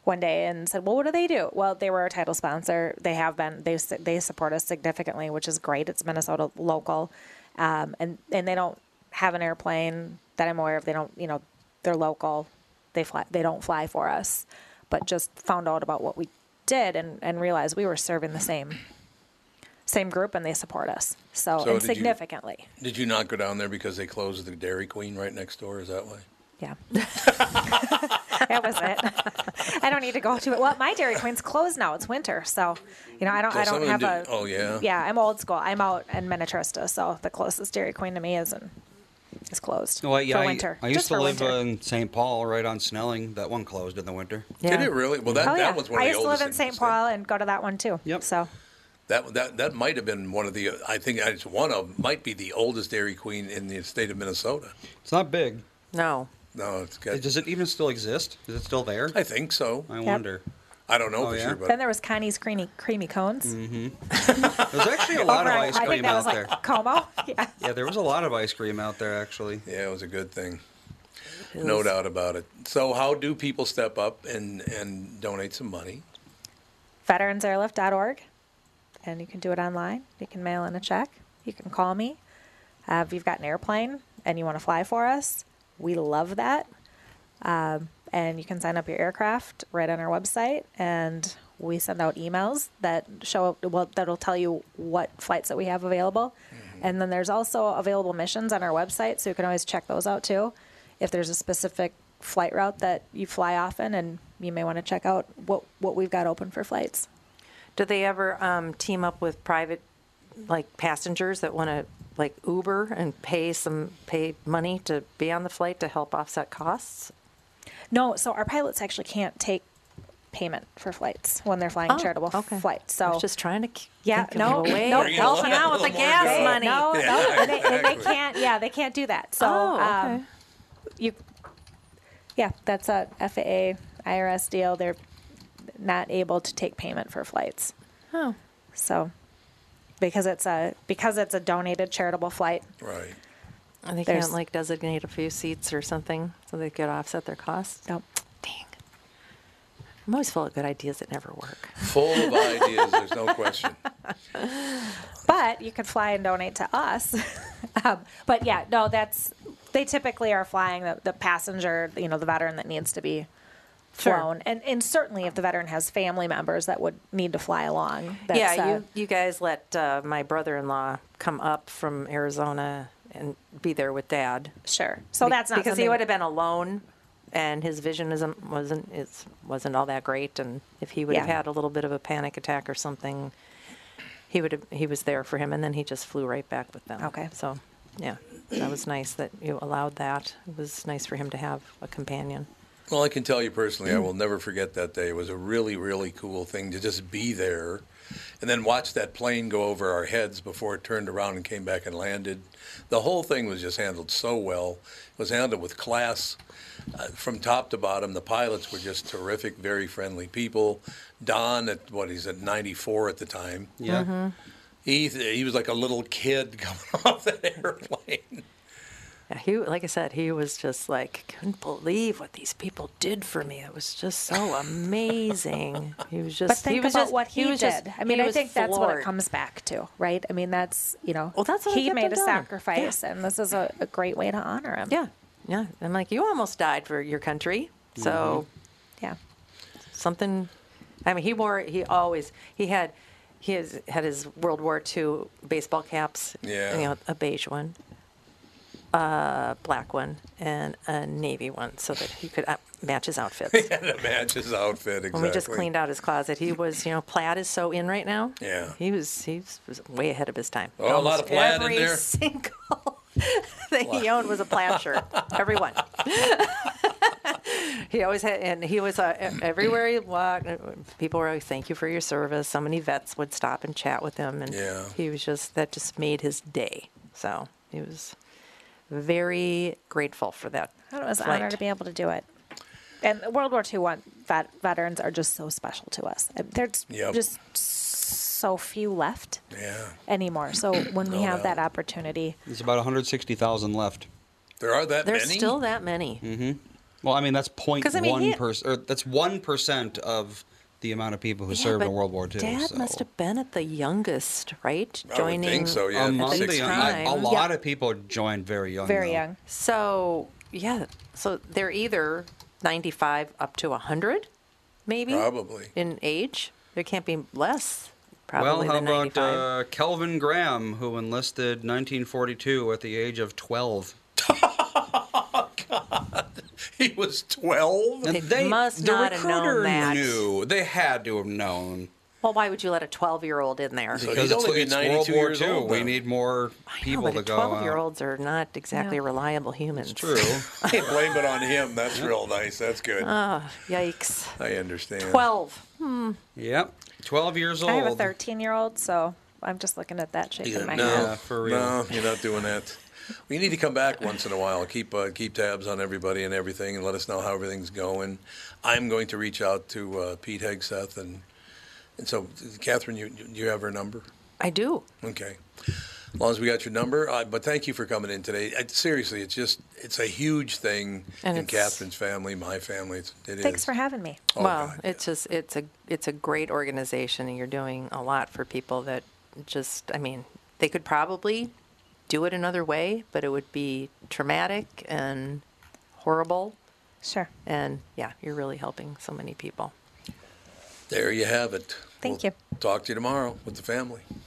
D: one day and said, "Well, what do they do?" Well, they were our title sponsor. They have been. They s- they support us significantly, which is great. It's Minnesota local, um, and and they don't have an airplane that I'm aware of. They don't. You know, they're local. They fly. They don't fly for us, but just found out about what we did and and realized we were serving the same same group and they support us
A: So
D: so, and
A: did you-
D: significantly
A: Did you not go down there because they closed the Dairy Queen right next door? Is that why?
D: Yeah. [LAUGHS] that was it. I don't need to go to it. Well, my Dairy Queen's closed now. It's winter, so you know I don't.
A: So
D: I
A: some
D: don't
A: of
D: have
A: them
D: a.
A: did- oh, yeah?
D: Yeah, I'm old school. I'm out in Minnetrista, so the closest Dairy Queen to me is in, is closed
C: Well, yeah,
D: for
C: I-
D: winter.
C: I,
D: just
C: used to
D: for
C: live uh,
D: winter.
C: in St. Paul, right on Snelling. That one closed in the winter.
B: Yeah.
A: Did it really? Well, that,
D: Oh
A: that
D: yeah,
A: was one of
D: I
A: the
D: used to
A: oldest
D: live in
A: things,
D: St.
A: wasn't it?
D: Paul and go to that one too.
C: Yep.
D: So
A: That that that might have been one of the. I think it's one of might be the oldest Dairy Queen in the state of Minnesota.
C: It's not big.
B: No.
A: No, it's got.
C: Does it even still exist? Is it still there?
A: I think so.
C: I wonder.
A: I don't know
C: Oh,
A: for
C: yeah?
A: sure, but
D: then there was Connie's creamy creamy cones.
C: There's
B: [LAUGHS]
C: actually a lot Mm-hmm. of
D: Over on-
C: ice
D: I think
C: cream
D: that
C: out
D: was
C: there.
D: like Como. [LAUGHS] Yeah.
C: Yeah, there was a lot of ice cream out there actually.
A: yeah, it was a good thing. No doubt about it. So, how do people step up and and donate some money?
D: veteransairlift.org, and you can do it online. You can mail in a check. You can call me. Uh, if you've got an airplane and you want to fly for us, we love that. Um, and you can sign up your aircraft right on our website, and we send out emails that show well that'll tell you what flights that we have available. And then there's also available missions on our website, so you can always check those out too. If there's a specific flight route that you fly often, and you may want to check out what what we've got open for flights.
B: Do they ever um, team up with private, like passengers that want to like Uber and pay some pay money to be on the flight to help offset costs?
D: No, so our pilots actually can't take payment for flights when they're
B: Oh,
D: flying charitable flights.
B: I
D: So
B: was just trying to k-
D: yeah,
B: think
D: no,
B: of a way
D: no,
B: of
A: Bring a
B: helping
A: lot-
B: out with the
A: more
B: gas
A: job.
B: money.
D: No, no,
A: Yeah,
D: and they, and they
A: exactly.
D: can't. Yeah, they can't do that. So
B: Oh, okay.
D: um, you, yeah, that's a FAA IRS deal. They're not able to take payment for flights.
B: Oh.
D: So because it's a because it's a donated charitable flight,
A: Right.
B: And they
D: There's-
B: can't like designate a few seats or something so they could offset their costs.
D: no,
B: Dang. I'm always full of good ideas that never work.
A: Full
D: [LAUGHS]
A: of ideas. There's no question.
D: [LAUGHS] but you could fly and donate to us. um, but yeah, no, that's they typically are flying the, the passenger, you know, the veteran that needs to be
B: Sure.
D: flown. And, and certainly if the veteran has family members that would need to fly along. That's,
B: yeah,
D: uh,
B: you, you guys let uh, my brother in law come up from Arizona and be there with dad.
D: Sure. So
B: Be-
D: that's not
B: because
D: something-
B: he would have been alone, and his vision isn't wasn't is, wasn't all that great. And if he would have
D: Yeah.
B: had a little bit of a panic attack or something, he would have he was there for him, and then he just flew right back with them.
D: Okay.
B: so yeah, that was nice that you allowed that. It was nice for him to have a companion.
A: Well, I can tell you personally, I
B: Mm.
A: will never forget that day. It was a really, really cool thing to just be there and then watch that plane go over our heads before it turned around and came back and landed. The whole thing was just handled so well. It was handled with class uh, from top to bottom. The pilots were just terrific, very friendly people. Don, at what he's at 94 at the time,
B: Mm-hmm.
C: Yeah.
A: he, he was like a little kid [LAUGHS] coming off that airplane. [LAUGHS]
B: Yeah, he like I said, he was just like couldn't believe what these people did for me. It was just so amazing. He was just
D: But think
B: he was
D: about
B: just,
D: what he,
B: was
D: did.
B: just-
D: I mean,
B: he
D: I
B: was
D: think that's what it
B: floored.
D: comes back to, right? I mean, that's you know,
B: Well, that's what I
D: he
B: kept
D: made
B: on
D: a
B: telling.
D: sacrifice, and this is a, a great way to honor him.
B: Yeah, yeah. I'm like, you almost died for your country. So
D: yeah.
B: something. I mean, he wore. He always he had he has, had his World War II baseball caps.
A: Yeah.
B: you know, a beige one, a black one, and a navy one, so that he could uh, match his outfits.
A: and it matches his outfit, exactly.
B: When we just cleaned out his closet, he was, you know, plaid is so in right now.
A: Yeah.
B: He was he was way ahead of his time.
A: Oh, a lot
B: Almost
A: of plaid in
B: every
A: there.
B: single [LAUGHS] thing he owned was a plaid shirt. Every one. [LAUGHS] he always had, and he was uh, e- everywhere he walked. uh, People were always, thank you for your service. So many vets would stop and chat with him. And
A: Yeah.
B: he was just, that just made his day. So he was very grateful for that.
D: I was
B: flight.
D: honored to be able to do it. And World War II one, vet, veterans are just so special to us. There's
A: Yep.
D: just so few left
A: Yeah.
D: anymore.
A: [CLEARS THROAT]
D: So when we
A: No
D: have
A: doubt.
D: that opportunity,
C: There's about 160,000 left.
A: There are that
B: There's
A: many.
B: still that many.
C: Well, I mean that's point
B: 'Cause, I mean, he-
C: one percent, or that's one percent of the amount of people who
B: Yeah,
C: served in
B: but
C: World War II.
B: Dad
C: so.
B: must have been at the youngest, right?
A: I would think so, yeah.
C: Among
B: At the
C: the young,
B: time.
C: a a lot
D: Yeah.
C: of people joined very young.
D: very
C: though.
D: young.
B: So yeah, so they're either ninety-five up to hundred, maybe
A: Probably.
B: in age. There can't be less.
C: Well,
B: Probably
C: how
B: than
C: about
B: 95.
C: uh, Kelvin Graham, who enlisted 1942 at the age of 12?
A: [LAUGHS] He was 12?
C: And
B: They must
C: the
B: not have known
C: recruiter
B: that.
C: knew. They had to have known.
B: well, why would you let a twelve-year-old in there?
A: He'd
C: Because it's,
A: only be
C: it's
A: 92
C: World War
A: years
C: II.
A: old
C: we
A: [LAUGHS] then.
C: need more
B: No,
C: people
B: but
C: to go out.
B: twelve-year-olds are not exactly reliable humans.
C: It's
D: [LAUGHS]
C: true.
A: Can't blame it on him. That's real nice. That's good.
B: [LAUGHS] Yikes.
A: I understand.
B: Twelve.
C: yep. 12 years old.
A: Oh,
D: I have a 13 year old, so I'm just looking at that shaking
C: Yeah,
D: Oh my
C: no.
D: head.
C: Yeah, for real.
A: No, you're not doing that. We need to come back once in a while. Keep uh, keep tabs on everybody and everything, and let us know how everything's going. I'm going to reach out to uh, Pete Hegseth and and so Catherine, you you- you have her number.
B: I do.
A: Okay. As long as we got your number, uh, but thank you for coming in today. I, seriously, it's just it's a huge thing
B: And
A: in
B: it's-
A: Catherine's family, my family. It's, it is.
D: Thanks for having me.
A: Oh,
B: well,
A: God,
B: it's just it's a it's a great organization, and you're doing a lot for people that just I mean they could probably do it another way, but it would be traumatic and horrible.
D: Sure.
B: And yeah, you're really helping so many people.
A: There you have it.
D: Thank
A: We'll
D: you.
A: Talk to you tomorrow with the family.